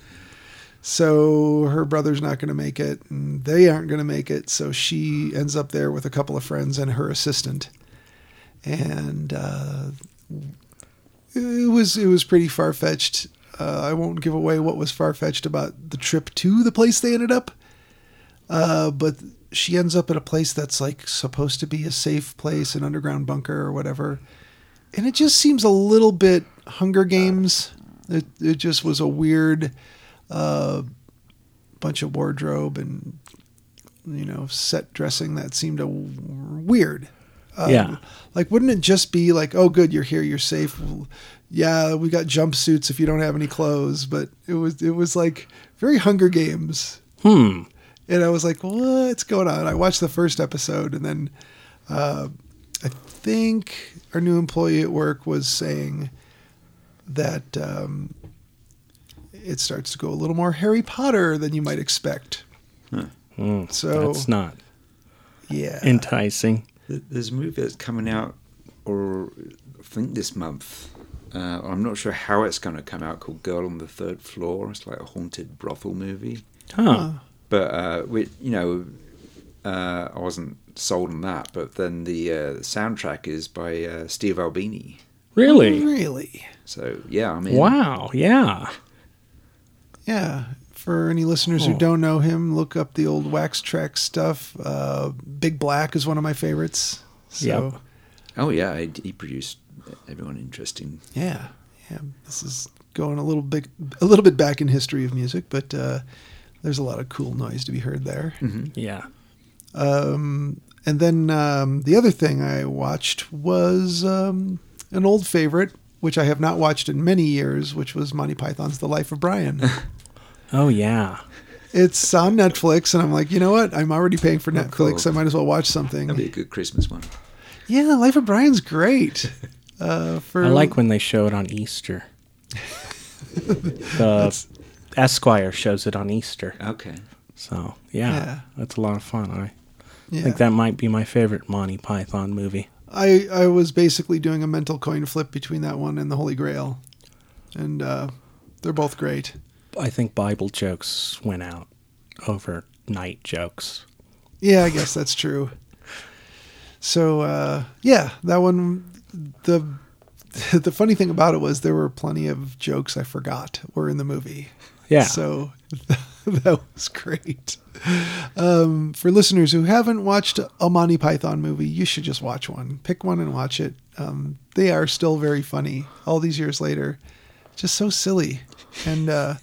Speaker 4: So her brother's not going to make it, and they aren't going to make it. So she ends up there with a couple of friends and her assistant, and uh, it was it was pretty far fetched. Uh, I won't give away what was far fetched about the trip to the place they ended up, uh, but she ends up at a place that's like supposed to be a safe place, an underground bunker or whatever, and it just seems a little bit Hunger Games. It it just was a weird bunch of wardrobe and you know set dressing that seemed a w- weird Um,
Speaker 3: yeah.
Speaker 4: like wouldn't it just be like oh good you're here you're safe Well, yeah we got jumpsuits if you don't have any clothes but it was it was like very hunger games
Speaker 3: Hmm.
Speaker 4: and i was like what's going on i watched the first episode and then uh, i think our new employee at work was saying that um, it starts to go a little more harry potter than you might expect
Speaker 3: Mm,
Speaker 4: So-
Speaker 3: that's not
Speaker 4: yeah
Speaker 3: enticing.
Speaker 2: Th- There's a movie that's coming out, or I think this month. Uh, I'm not sure how it's going to come out. Called Girl on the Third Floor. It's like a haunted brothel movie.
Speaker 3: Huh.
Speaker 2: But uh, we, you know, uh, I wasn't sold on that. But then the uh, soundtrack is by uh, Steve Albini.
Speaker 3: Really?
Speaker 4: Really?
Speaker 2: So yeah, I mean,
Speaker 3: Wow. Yeah.
Speaker 4: Yeah. For any listeners
Speaker 3: Hmm.
Speaker 4: who don't know him, look up the old Wax Track stuff. Uh, Big Black is one of my favorites. So,
Speaker 3: Yep.
Speaker 2: Oh yeah, he, he produced everyone interesting.
Speaker 4: yeah, yeah. This is going a little bit a little bit back in history of music, but uh, there's a lot of cool noise to be heard there.
Speaker 2: Mm-hmm.
Speaker 3: Yeah.
Speaker 4: And then um, the other thing I watched was um, an old favorite, which I have not watched in many years, which was Monty Python's The Life of Brian.
Speaker 3: Oh yeah.
Speaker 4: it's on Netflix, and I'm like, you know what? I'm already paying for Netflix.
Speaker 2: Oh, cool.
Speaker 4: I might as well watch something.
Speaker 2: That'd be a good Christmas one.
Speaker 4: Yeah, Life of Brian's great. Uh, for
Speaker 3: I like when they show it on Easter. the Esquire shows it on Easter.
Speaker 2: Okay.
Speaker 3: So yeah,
Speaker 4: Yeah.
Speaker 3: that's a lot of fun. I
Speaker 4: yeah.
Speaker 3: think that might be my favorite Monty Python movie.
Speaker 4: I I was basically doing a mental coin flip between that one and the Holy Grail, and uh, they're both great.
Speaker 3: I think Bible jokes went out over night jokes.
Speaker 4: Yeah, I guess that's true. So uh, yeah, that one. The the funny thing about it was there were plenty of jokes I forgot were in the movie.
Speaker 3: Yeah.
Speaker 4: So that was great. Um, for listeners who haven't watched a Monty Python movie, you should just watch one. Pick one and watch it. Um, they are still very funny all these years later. Just so silly. And uh,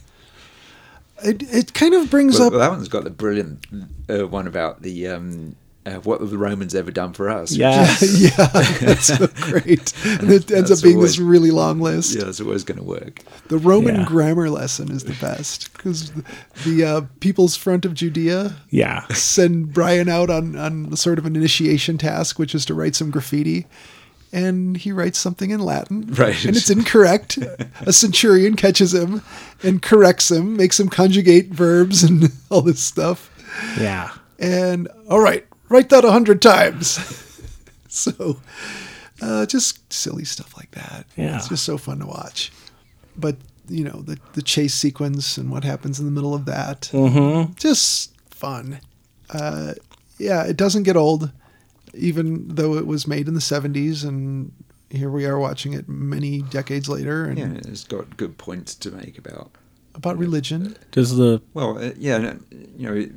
Speaker 4: it, it kind of brings
Speaker 2: Well,
Speaker 4: up.
Speaker 2: well, that one's got the brilliant uh, one about the um, uh, what have the Romans ever done for us?
Speaker 3: Yes.
Speaker 4: yeah, that's so great. And it ends up
Speaker 2: That's
Speaker 4: being
Speaker 2: always-
Speaker 4: this really long list.
Speaker 2: Yeah, that's always going to work.
Speaker 4: The Roman
Speaker 3: Yeah.
Speaker 4: grammar lesson is the best because the uh, People's Front of Judea
Speaker 3: yeah.
Speaker 4: send Brian out on, on sort of an initiation task, which is to write some graffiti. And he writes something in Latin.
Speaker 2: Right.
Speaker 4: And it's incorrect. A centurion catches him and corrects him, makes him conjugate verbs and all this stuff.
Speaker 3: Yeah.
Speaker 4: And all right, write that a hundred times. so uh, just silly stuff like that.
Speaker 3: Yeah.
Speaker 4: It's just so fun to watch. But, you know, the, the chase sequence and what happens in the middle of that
Speaker 3: Mm-hmm.
Speaker 4: just fun. Uh, yeah, it doesn't get old, even though it was made in the 70s, and here we are watching it many decades later. And
Speaker 2: Yeah, it's got good points to make about.
Speaker 4: about religion,
Speaker 3: Does the
Speaker 2: Well, uh, yeah, no, you know,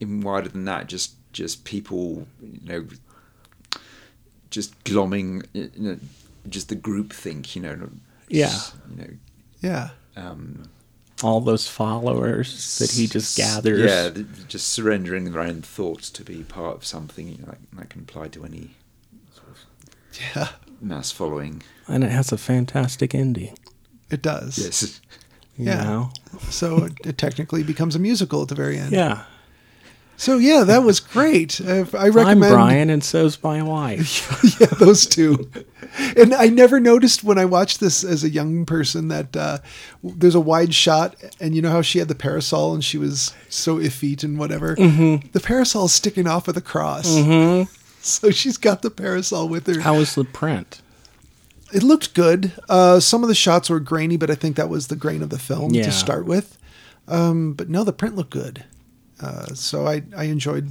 Speaker 2: even wider than that, just just people, you know, just glomming, you know, just the group think, you know. not-
Speaker 3: Yeah.
Speaker 2: s- You know,
Speaker 4: yeah,
Speaker 2: um,
Speaker 3: all those followers that he just
Speaker 2: s-
Speaker 3: gathers?
Speaker 2: Yeah, th- just surrendering their own thoughts to be part of something you know, that, that can apply to any
Speaker 4: yeah,
Speaker 2: mass following.
Speaker 3: And it has a fantastic ending.
Speaker 4: it does.
Speaker 2: Yes.
Speaker 3: You
Speaker 4: Yeah.
Speaker 3: know?
Speaker 4: So it, it technically becomes a musical at the very end.
Speaker 3: Yeah.
Speaker 4: So yeah, that was great. Uh, I
Speaker 3: I'm
Speaker 4: recommend.
Speaker 3: Brian, and so's my wife.
Speaker 4: yeah, those two. And I never noticed when I watched this as a young person that uh, w- there's a wide shot, and you know how she had the parasol and she was so effete and whatever.
Speaker 3: Mm-hmm.
Speaker 4: The parasol is sticking off of the cross, so she's got the parasol with her.
Speaker 3: How was the print?
Speaker 4: It looked good. Uh, some of the shots were grainy, but I think that was the grain of the film
Speaker 3: Yeah.
Speaker 4: to start with. Um, but no, the print looked good. Uh, so I, I enjoyed,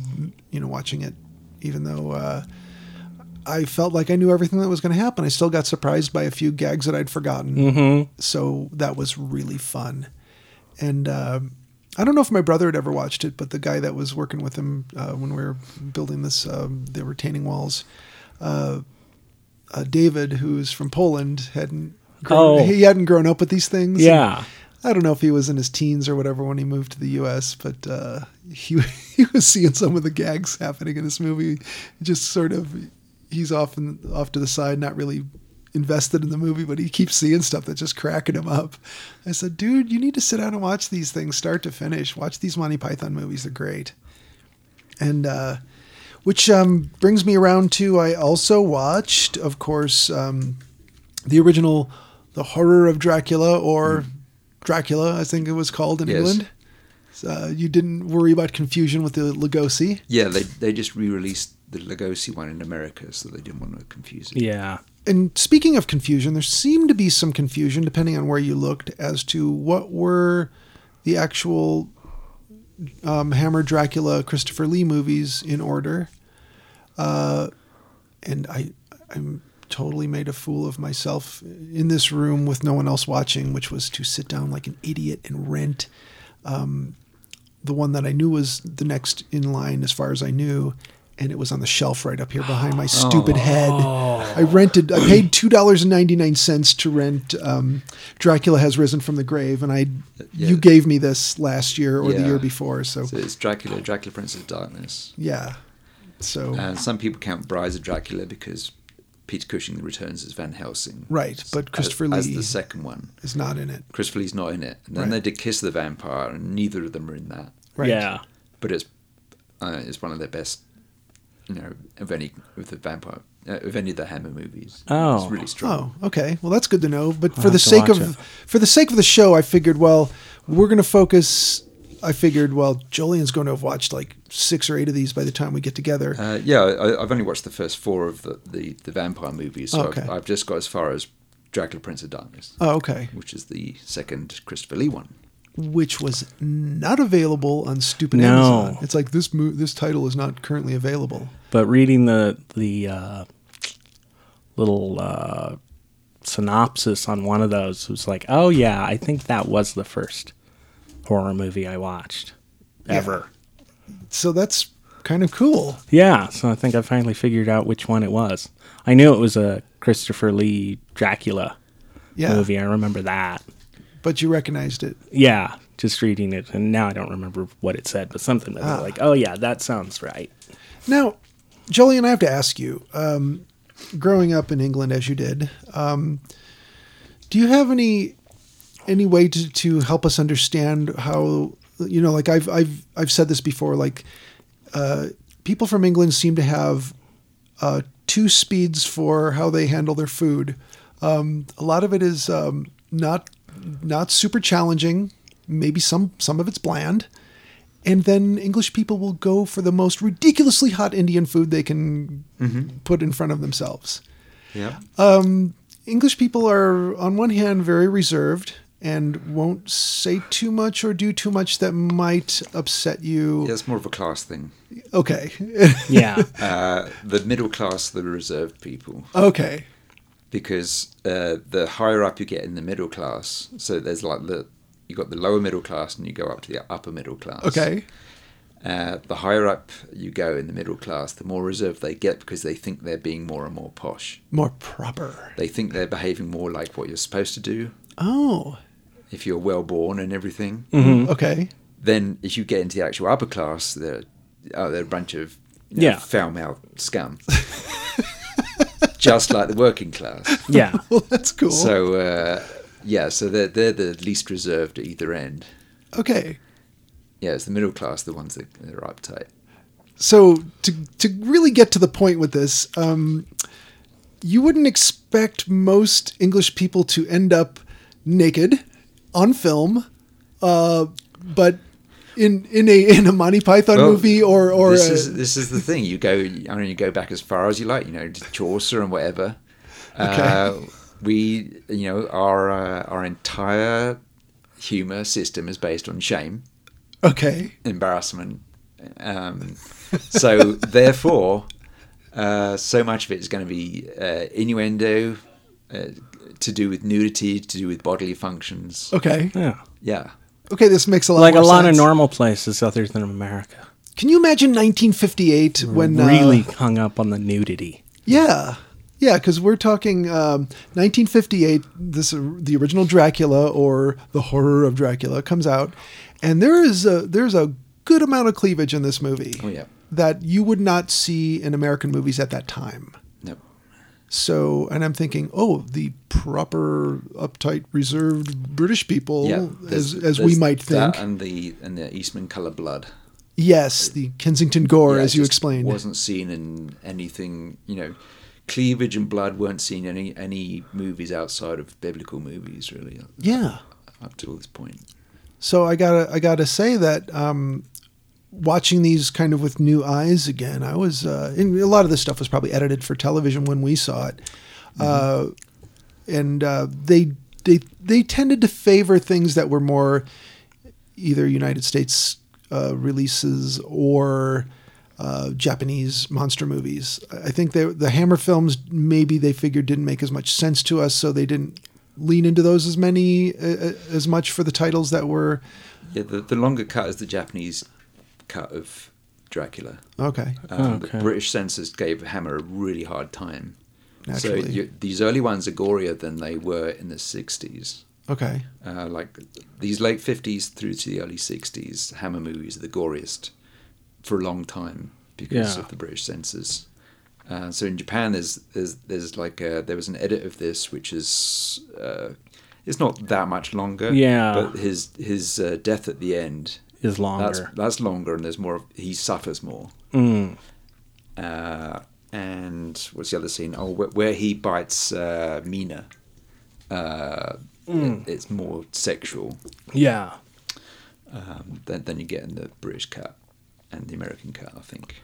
Speaker 4: you know, watching it, even though uh, I felt like I knew everything that was going to happen. I still got surprised by a few gags that I'd forgotten. So that was really fun. And um I don't know if my brother had ever watched it, but the guy that was working with him uh, when we were building this, um, the retaining walls, uh, uh, David, who's from Poland, hadn't grown,
Speaker 3: Oh.
Speaker 4: he hadn't grown up with these things.
Speaker 3: Yeah.
Speaker 4: I don't know if he was in his teens or whatever when he moved to the U.S., but uh, he he was seeing some of the gags happening in this movie. Just sort of, he's off in, off to the side, not really invested in the movie, but he keeps seeing stuff that's just cracking him up. I said, "Dude, you need to sit down and watch these things start to finish. Watch these Monty Python movies; they're great." And uh, which um, brings me around to I also watched, of course, um, the original The Horror of Dracula or Dracula, I think it was called in
Speaker 2: Yes.
Speaker 4: England. So, uh, you didn't worry about confusion with the Lugosi.
Speaker 2: Yeah, they they just re-released the Lugosi one in America, so they didn't want to confuse it.
Speaker 3: Yeah.
Speaker 4: And speaking of confusion, there seemed to be some confusion, depending on where you looked, as to what were the actual um, Hammer Dracula Christopher Lee movies in order. Uh, and I, I'm totally made a fool of myself in this room with no one else watching, which was to sit down like an idiot and rent um, the one that I knew was the next in line as far as I knew. And it was on the shelf right up here behind
Speaker 2: Oh.
Speaker 4: my stupid head. I rented, I paid $2.99 to rent um, Dracula Has Risen from the Grave. And I,
Speaker 2: Yeah.
Speaker 4: you gave me this last year or the
Speaker 2: Yeah.
Speaker 4: year before. So,
Speaker 2: So it's Dracula, Dracula Prince of Darkness.
Speaker 4: yeah. So,
Speaker 3: Uh,
Speaker 2: And some people count Brides of Dracula because Peter Cushing returns as Van Helsing.
Speaker 4: right. But Christopher
Speaker 2: as,
Speaker 4: Lee
Speaker 2: as the second one.
Speaker 4: is not in it.
Speaker 2: Christopher Lee's not in it. And then
Speaker 4: Right.
Speaker 2: they did Kiss the Vampire, and neither of them are in that.
Speaker 4: Right.
Speaker 3: Yeah.
Speaker 2: But it's uh, it's one of their best, you know, of any of the vampire uh, of any of the Hammer movies.
Speaker 3: Oh.
Speaker 2: it's really strong.
Speaker 4: Oh, okay. Well, that's good to know. But for
Speaker 3: have
Speaker 4: the
Speaker 3: to
Speaker 4: sake
Speaker 3: watch
Speaker 4: of
Speaker 3: it.
Speaker 4: for the sake of the show, I figured, well, we're going to focus. I figured, well, Jolien's going to have watched like six or eight of these by the time we get together.
Speaker 2: Uh, yeah, I, I've only watched the first four of the, the, the vampire movies, so
Speaker 4: Okay.
Speaker 2: I've, I've just got as far as Dracula Prince of Darkness,
Speaker 4: oh, okay.
Speaker 2: which is the second Christopher Lee one.
Speaker 4: Which was not available on stupid
Speaker 3: No.
Speaker 4: Amazon. It's like this mo- this title is not currently available.
Speaker 3: But reading the the uh, little uh, synopsis on one of those was like, oh yeah, I think that was the first horror movie I watched ever.
Speaker 4: So that's kind of cool.
Speaker 3: Yeah. So I think I finally figured out which one it was. I knew it was a Christopher Lee Dracula
Speaker 4: Yeah.
Speaker 3: movie. I remember that.
Speaker 4: But you recognized it.
Speaker 3: Yeah. Just reading it, and now I don't remember what it said, but something that was like, oh yeah, that sounds right.
Speaker 4: Now, Jolien, I have to ask you, um, growing up in England as you did, um, do you have any any way to, to help us understand how you know, like I've I've I've said this before, like uh, people from England seem to have uh, two speeds for how they handle their food. Um, a lot of it is um, not not super challenging. Maybe some some of it's bland, and then English people will go for the most ridiculously hot Indian food they can put in front of themselves.
Speaker 2: Yeah,
Speaker 4: English people are, on one hand, very reserved and won't say too much or do too much that might upset you.
Speaker 2: yeah, it's more of a class thing.
Speaker 4: Okay,
Speaker 3: Yeah.
Speaker 2: Uh, the middle class, the reserved people,
Speaker 4: okay,
Speaker 2: because uh, the higher up you get in the middle class, so there's like the you got the lower middle class and you go up to the upper middle class.
Speaker 4: okay.
Speaker 2: Uh, the higher up you go in the middle class, the more reserved they get because they think they're being more and more posh.
Speaker 4: More proper.
Speaker 2: They think they're behaving more like what you're supposed to do
Speaker 4: Oh,
Speaker 2: if you're well born and everything.
Speaker 4: Hmm. okay.
Speaker 2: Then, as you get into the actual upper class, they're, oh, they're a bunch of you know,
Speaker 3: Yeah.
Speaker 2: foul mouthed scum. Just like the working class.
Speaker 3: yeah.
Speaker 4: Well, that's cool.
Speaker 2: So, uh, yeah, so they're, they're the least reserved at either end.
Speaker 4: okay.
Speaker 2: yeah, it's the middle class, the ones that, that are uptight.
Speaker 4: so to to really get to the point with this, um, you wouldn't expect most English people to end up naked on film, uh, but in in a in a Monty Python
Speaker 2: Well,
Speaker 4: movie or or
Speaker 2: Oh,
Speaker 4: uh,
Speaker 2: this
Speaker 4: a-
Speaker 2: is this is the thing. You go. I mean, you go back as far as you like. You know, to Chaucer and whatever. Uh, we, you know, our uh, our entire humor system is based on shame,
Speaker 4: okay,
Speaker 2: embarrassment. Um, so therefore, uh, so much of it is going to be uh, innuendo. Uh, to do with nudity, to do with bodily functions.
Speaker 4: okay,
Speaker 3: Yeah.
Speaker 2: Yeah.
Speaker 4: okay. This makes a lot
Speaker 3: Like
Speaker 4: more
Speaker 3: a lot
Speaker 4: sense.
Speaker 3: of normal places other than America.
Speaker 4: Can you imagine 1958 when uh,
Speaker 3: really hung up on the nudity.
Speaker 4: Yeah. Yeah, because we're talking um, 1958. This uh, the original Dracula or the horror of Dracula comes out, and there is a there's a good amount of cleavage in this movie
Speaker 2: Oh, yeah.
Speaker 4: that you would not see in American movies at that time.
Speaker 2: No.
Speaker 4: So, and I'm thinking, oh, the proper uptight, reserved British people,
Speaker 2: Yeah.
Speaker 4: as
Speaker 2: there's-
Speaker 4: as we
Speaker 2: there's
Speaker 4: might
Speaker 2: that
Speaker 4: think.
Speaker 2: and the and the Eastman color blood.
Speaker 4: yes, the Kensington Gore,
Speaker 2: Yeah,
Speaker 4: as
Speaker 2: it
Speaker 4: you
Speaker 2: just
Speaker 4: explained.
Speaker 2: wasn't seen in anything you know cleavage and blood weren't seen in any any movies outside of biblical movies really
Speaker 4: yeah.
Speaker 2: up to this point
Speaker 4: So I gotta I gotta say that um, watching these kind of with new eyes again, I was uh, and a lot of this stuff was probably edited for television when we saw it, uh, and uh, they they they tended to favor things that were more either United States uh, releases or. Uh, Japanese monster movies. I I think they, the Hammer films maybe they figured didn't make as much sense to us, so they didn't lean into those as many uh, as much for the titles that were
Speaker 2: yeah the, the longer cut is the japanese cut of dracula
Speaker 4: okay.
Speaker 2: um,
Speaker 3: Oh, Okay.
Speaker 2: the british censors gave hammer a really hard time so
Speaker 4: Naturally.
Speaker 2: you, these early ones are gorier than they were in the 60s
Speaker 4: Okay.
Speaker 2: uh, like these late 50s through to the early 60s hammer movies are the goriest for a long time because
Speaker 3: Yeah.
Speaker 2: of the british censors uh, so in japan there's there's, there's like uh there was an edit of this which is uh, it's not that much longer
Speaker 3: Yeah.
Speaker 2: but his his uh, death at the end
Speaker 3: Is
Speaker 2: that's
Speaker 3: longer. Mm.
Speaker 2: that's longer and there's more of, he suffers more uh, and what's the other scene oh where, where he bites uh, mina uh,
Speaker 3: Mm.
Speaker 2: it- it's more sexual
Speaker 3: yeah.
Speaker 2: um, than, than you get in the British cut and the American cut, I think.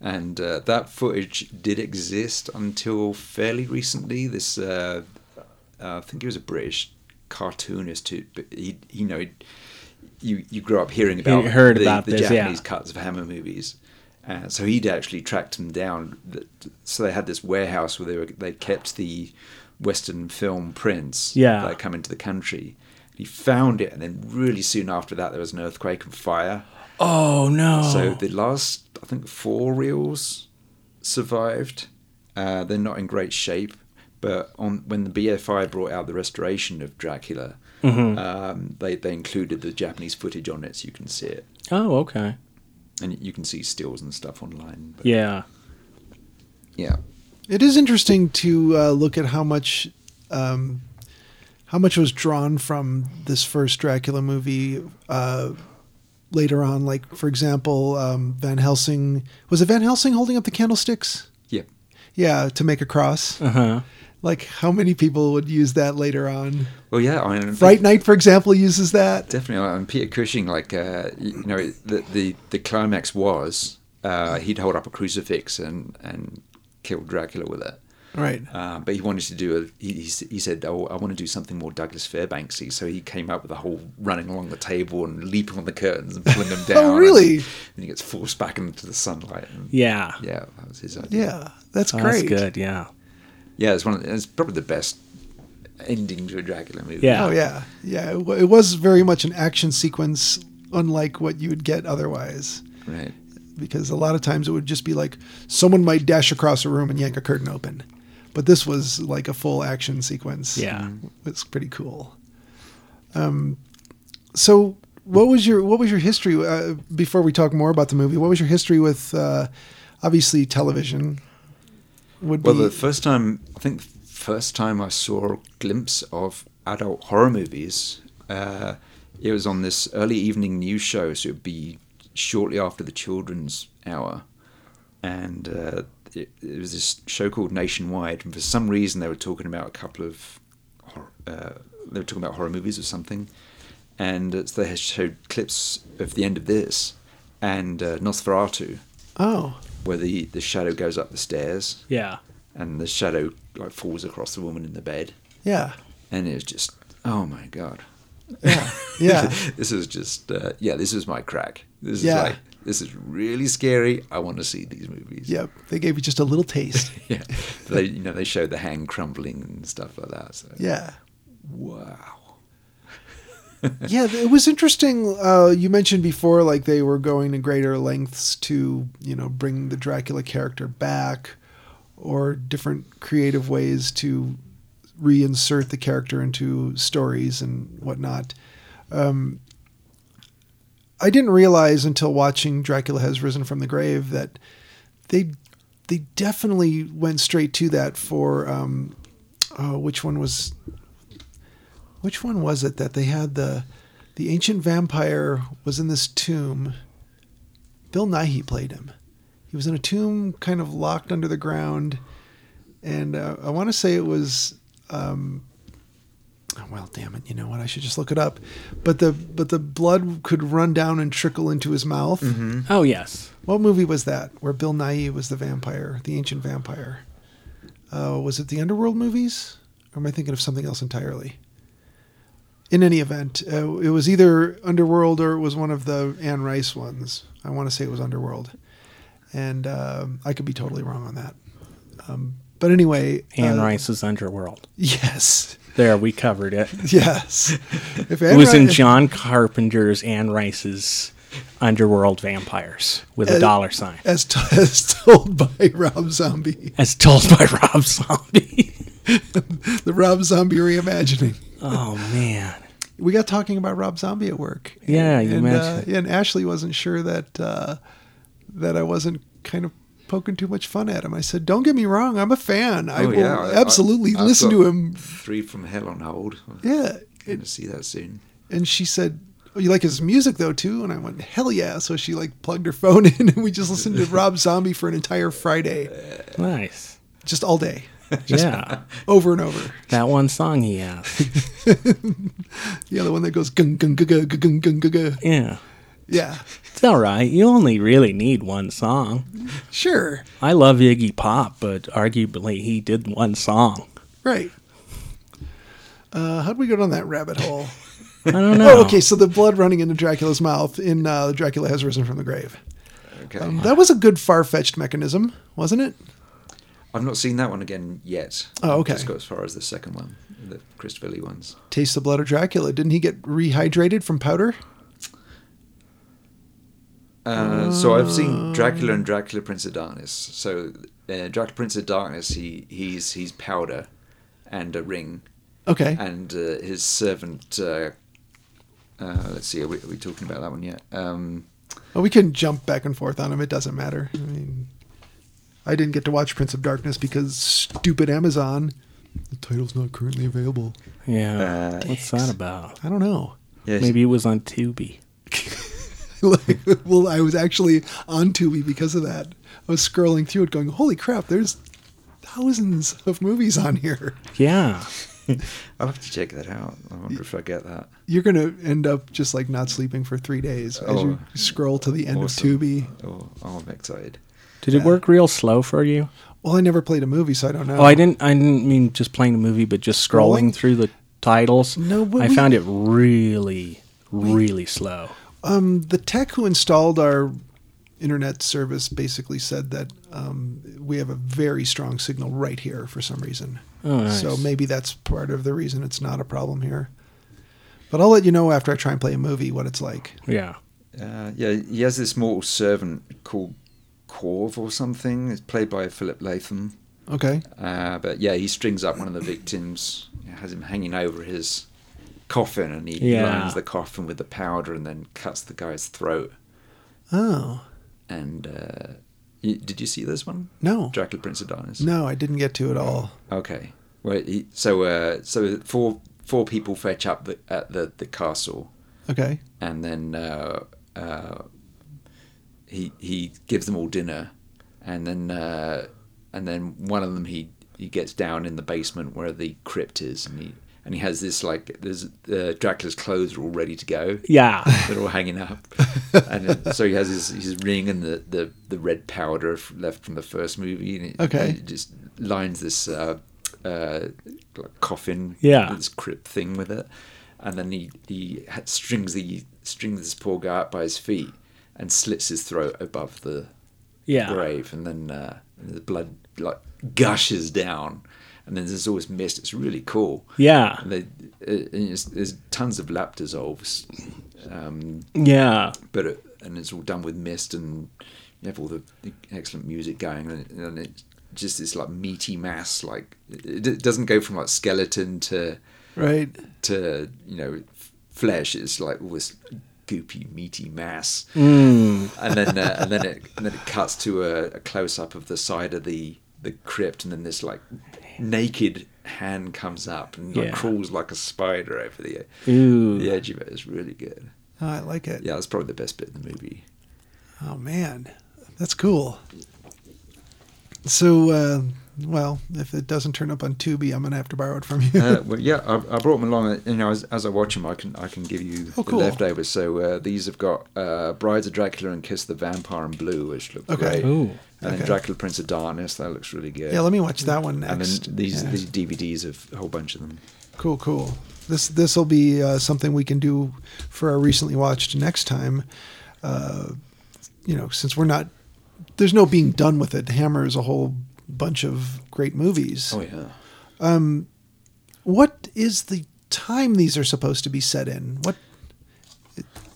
Speaker 2: And uh, that footage did exist until fairly recently. This, uh, I think he was a British cartoonist who, but he, you know, he'd- you you grew up hearing about
Speaker 3: heard
Speaker 2: the,
Speaker 3: about
Speaker 2: the
Speaker 3: this, yeah.
Speaker 2: Japanese cuts of Hammer movies. Uh, so he'd actually tracked them down. Th- So they had this warehouse where they were they kept the Western film prints
Speaker 3: Yeah.
Speaker 2: that come into the country. He found it, and then really soon after that, there was an earthquake and fire.
Speaker 3: Oh no.
Speaker 2: So the last, I think, four reels survived. Uh, they're not in great shape, but on when the BFI brought out the restoration of Dracula,
Speaker 3: Mm-hmm.
Speaker 2: um, they they included the Japanese footage on it, so you can see it,
Speaker 3: oh okay.
Speaker 2: and you can see stills and stuff online. But
Speaker 3: Yeah.
Speaker 2: yeah,
Speaker 4: It is interesting to uh, look at how much um, how much was drawn from this first Dracula movie uh, later on. Like for example, um, Van Helsing was it Van Helsing holding up the candlesticks?
Speaker 2: yeah.
Speaker 4: Yeah, to make a cross.
Speaker 3: Uh huh.
Speaker 4: Like how many people would use that later on?
Speaker 2: Well, yeah. I mean,
Speaker 4: Fright Night, for example, uses that.
Speaker 2: Definitely, and Peter Cushing, like uh, you know, the the, the climax was uh, he'd hold up a crucifix and and kill Dracula with it.
Speaker 4: Right.
Speaker 2: Uh, but he wanted to do a. He, he, s- he said, "Oh, I want to do something more Douglas Fairbanksy." So he came up with a whole running along the table and leaping on the curtains and pulling them down.
Speaker 4: really?
Speaker 2: And, then he gets forced back into the sunlight. And,
Speaker 3: Yeah.
Speaker 2: yeah, that was his idea.
Speaker 4: Yeah, that's
Speaker 3: Oh,
Speaker 4: great.
Speaker 3: that's good. Yeah.
Speaker 2: yeah, it's one. Of the, it's probably the best ending to a Dracula movie.
Speaker 3: Yeah.
Speaker 4: Oh yeah, yeah. It, w- it was very much an action sequence, unlike what you would get otherwise.
Speaker 2: right.
Speaker 4: Because a lot of times it would just be like someone might dash across a room and yank a curtain open, but this was like a full action sequence.
Speaker 3: Yeah.
Speaker 4: it's pretty cool. Um, so what was your what was your history uh, before we talk more about the movie? What was your history with uh, obviously television? Would
Speaker 2: Well,
Speaker 4: be
Speaker 2: the first time I think the first time I saw a glimpse of adult horror movies uh, It was on this early evening news show, so it'd be shortly after the children's hour, and uh, it, it was this show called Nationwide. And for some reason, they were talking about a couple of hor- uh, they were talking about horror movies or something, and uh, so they had showed clips of the end of this and uh, Nosferatu,
Speaker 4: Oh,
Speaker 2: where the the shadow goes up the stairs
Speaker 3: Yeah.
Speaker 2: and the shadow like falls across the woman in the bed,
Speaker 4: yeah,
Speaker 2: and it was just oh my god.
Speaker 4: yeah, yeah.
Speaker 2: this is just uh, yeah this is my crack this
Speaker 4: Yeah.
Speaker 2: is like this is really scary i want to see these movies
Speaker 4: Yep, they gave you just a little taste.
Speaker 2: yeah they you know they show the hand crumbling and stuff like that so
Speaker 4: Yeah,
Speaker 2: wow
Speaker 4: yeah. th- It was interesting. Uh, you mentioned before, like they were going to greater lengths to, you know, bring the Dracula character back, or different creative ways to reinsert the character into stories and whatnot. Um, I didn't realize until watching Dracula Has Risen from the Grave that they they definitely went straight to that for um, oh, which one was which one was it that they had the the ancient vampire was in this tomb. Bill Nighy played him. He was in a tomb, kind of locked under the ground, and uh, I want to say it was Oh, well damn it you know what i should just look it up but the but the blood could run down and trickle into his mouth
Speaker 3: Oh yes.
Speaker 4: what movie was that where bill nye was the vampire the ancient vampire uh, was it the underworld movies or am i thinking of something else entirely in any event uh, it was either underworld or it was one of the anne rice ones i want to say it was underworld and um, i could be totally wrong on that um, but anyway
Speaker 3: Anne
Speaker 4: uh,
Speaker 3: Rice's Underworld.
Speaker 4: yes
Speaker 3: There, we covered it.
Speaker 4: yes if
Speaker 3: It was in
Speaker 4: Rice-
Speaker 3: John Carpenter's Anne Rice's Underworld Vampires with a dollar sign,
Speaker 4: as, t- as told by Rob Zombie,
Speaker 3: as told by Rob Zombie.
Speaker 4: the Rob Zombie reimagining.
Speaker 3: oh man.
Speaker 4: We got talking about Rob Zombie at work.
Speaker 3: Yeah, you
Speaker 4: and, uh,
Speaker 3: mentioned.
Speaker 4: and Ashley wasn't sure that uh, that I wasn't kind of poking too much fun at him. I said, "Don't get me wrong, I'm a fan.
Speaker 2: Oh,
Speaker 4: Oh, I will absolutely
Speaker 2: I've
Speaker 4: listen
Speaker 2: got
Speaker 4: to him."
Speaker 2: three from hell on hold i'm
Speaker 4: Yeah,
Speaker 2: gonna see that soon
Speaker 4: and she said. "Oh, You like his music though too, and I went hell yeah. So she like plugged her phone in, and we just listened to Rob Zombie for an entire Friday,
Speaker 3: nice.
Speaker 4: just all day,
Speaker 3: yeah.
Speaker 4: over and over.
Speaker 3: That one song he has.
Speaker 4: The other one that goes gung gung gung gung gung gung gung. gung.
Speaker 3: Yeah.
Speaker 4: Yeah,
Speaker 3: It's all right. You only really need one song.
Speaker 4: Sure.
Speaker 3: I love Iggy Pop, but arguably he did one song.
Speaker 4: Right. Uh, how'd we go down that rabbit hole?
Speaker 3: I don't know.
Speaker 4: Oh, okay. So the blood running into Dracula's mouth in uh, Dracula Has Risen from the Grave.
Speaker 2: okay
Speaker 3: Um,
Speaker 4: That was a good far fetched mechanism, wasn't it?
Speaker 2: i've not seen that one again yet
Speaker 4: Oh,
Speaker 2: I've
Speaker 4: okay.
Speaker 2: just got as far as the second one the christopher lee ones
Speaker 4: Taste the blood of Dracula. Didn't he get rehydrated from powder?
Speaker 2: Uh, so I've seen Dracula and Dracula Prince of Darkness. So uh, Dracula Prince of Darkness, he he's he's powder and a ring,
Speaker 4: Okay.
Speaker 2: and uh, his servant. Uh, uh, let's see, are we, are we talking about that one yet? Um,
Speaker 4: Well, we can jump back and forth on him. It doesn't matter. I mean, I didn't get to watch Prince of Darkness because stupid Amazon. The title's not currently available.
Speaker 3: Yeah.
Speaker 2: Uh,
Speaker 3: What's that about?
Speaker 4: I don't know.
Speaker 2: yeah, he's-
Speaker 3: Maybe it was on Tubi.
Speaker 4: like, well, I was actually on Tubi because of that. I was scrolling through it, going, "Holy crap! There's thousands of movies on here."
Speaker 3: Yeah.
Speaker 2: I'll have to check that out. I wonder if I get that.
Speaker 4: You're gonna end up just like not sleeping for three days as you
Speaker 2: Oh.
Speaker 4: scroll to the end
Speaker 2: Awesome.
Speaker 4: of Tubi.
Speaker 2: Oh, oh, I'm excited.
Speaker 3: Did it work real slow for you?
Speaker 4: Well, I never played a movie, so I don't know.
Speaker 3: Oh, I didn't. I didn't mean just playing the movie, but just scrolling
Speaker 4: Scrolling?
Speaker 3: through the titles.
Speaker 4: No, but
Speaker 3: I
Speaker 4: we-
Speaker 3: found it really, really slow.
Speaker 4: Um, the tech who installed our internet service basically said that um, we have a very strong signal right here for some reason.
Speaker 3: Oh, nice.
Speaker 4: So maybe that's part of the reason it's not a problem here. But I'll let you know after I try and play a movie what it's like.
Speaker 3: Yeah.
Speaker 2: Uh, yeah, he has this mortal servant called Corv or something. It's played by Philip Latham.
Speaker 4: Okay.
Speaker 2: Uh, but yeah, he strings up one of the victims, has him hanging over his coffin, and he
Speaker 3: Yeah.
Speaker 2: lines the coffin with the powder and then cuts the guy's throat.
Speaker 4: Oh
Speaker 2: And uh, you, did you see this one?
Speaker 4: no,
Speaker 2: Dracula Prince of Darkness.
Speaker 4: no, I didn't get to it all.
Speaker 2: Okay. Well, he, so uh, so four four people fetch up the, at the the castle,
Speaker 4: Okay.
Speaker 2: and then uh, uh, he he gives them all dinner, and then uh, and then one of them he he gets down in the basement where the crypt is, and he and he has this like there's uh, Dracula's clothes are all ready to go.
Speaker 3: Yeah.
Speaker 2: They're all hanging up, and then- so he has his, his ring and the, the, the red powder f- left from the first movie, and it,
Speaker 4: Okay.
Speaker 2: it just lines this uh, uh, like coffin,
Speaker 3: Yeah.
Speaker 2: this crypt thing with it, and then he he ha- strings the strings this poor guy up by his feet and slits his throat above the
Speaker 3: Yeah.
Speaker 2: grave, and then uh, the blood like gushes down, and then there's always mist. It's really cool.
Speaker 3: Yeah.
Speaker 2: And they, it, it's, there's tons of lap dissolves
Speaker 3: Yeah.
Speaker 2: but it, and it's all done with mist and you have all the excellent music going and, and it's just this like meaty mass like it, it doesn't go from like skeleton to
Speaker 4: Right.
Speaker 2: to you know f- flesh it's like all this goopy meaty mass
Speaker 3: Hmm.
Speaker 2: and then uh, and then it and then it cuts to a, a close up of the side of the the crypt and then this like naked hand comes up and like,
Speaker 3: Yeah.
Speaker 2: crawls like a spider over the
Speaker 3: Ooh.
Speaker 2: the edge of it it's really good
Speaker 4: Oh, I like it.
Speaker 2: yeah that's probably the best bit in the movie
Speaker 4: Oh man, that's cool. So, uh, well, if it doesn't turn up on Tubi, I'm gonna have to borrow it from you.
Speaker 2: uh, well, yeah, I, I brought them along. You know, as, as I watch them, I can I can give you
Speaker 4: Oh,
Speaker 2: the
Speaker 4: cool.
Speaker 2: leftovers. So uh, these have got uh, Brides of Dracula and Kiss the Vampire in blue, which look
Speaker 4: Okay.
Speaker 2: great.
Speaker 3: Ooh.
Speaker 2: And
Speaker 4: Okay.
Speaker 2: then Dracula Prince of Darkness, that looks really good.
Speaker 4: yeah, let me watch that one
Speaker 2: and
Speaker 4: next.
Speaker 2: then these
Speaker 4: Yeah.
Speaker 2: these DVDs of a whole bunch of them.
Speaker 4: Cool, cool. This this will be uh, something we can do for our recently watched next time. Uh, you know, since we're not, there's no being done with it. Hammer is a whole bunch of great movies.
Speaker 2: Oh,
Speaker 3: Oh,
Speaker 2: yeah.
Speaker 4: What is the time these are supposed to be set in? What?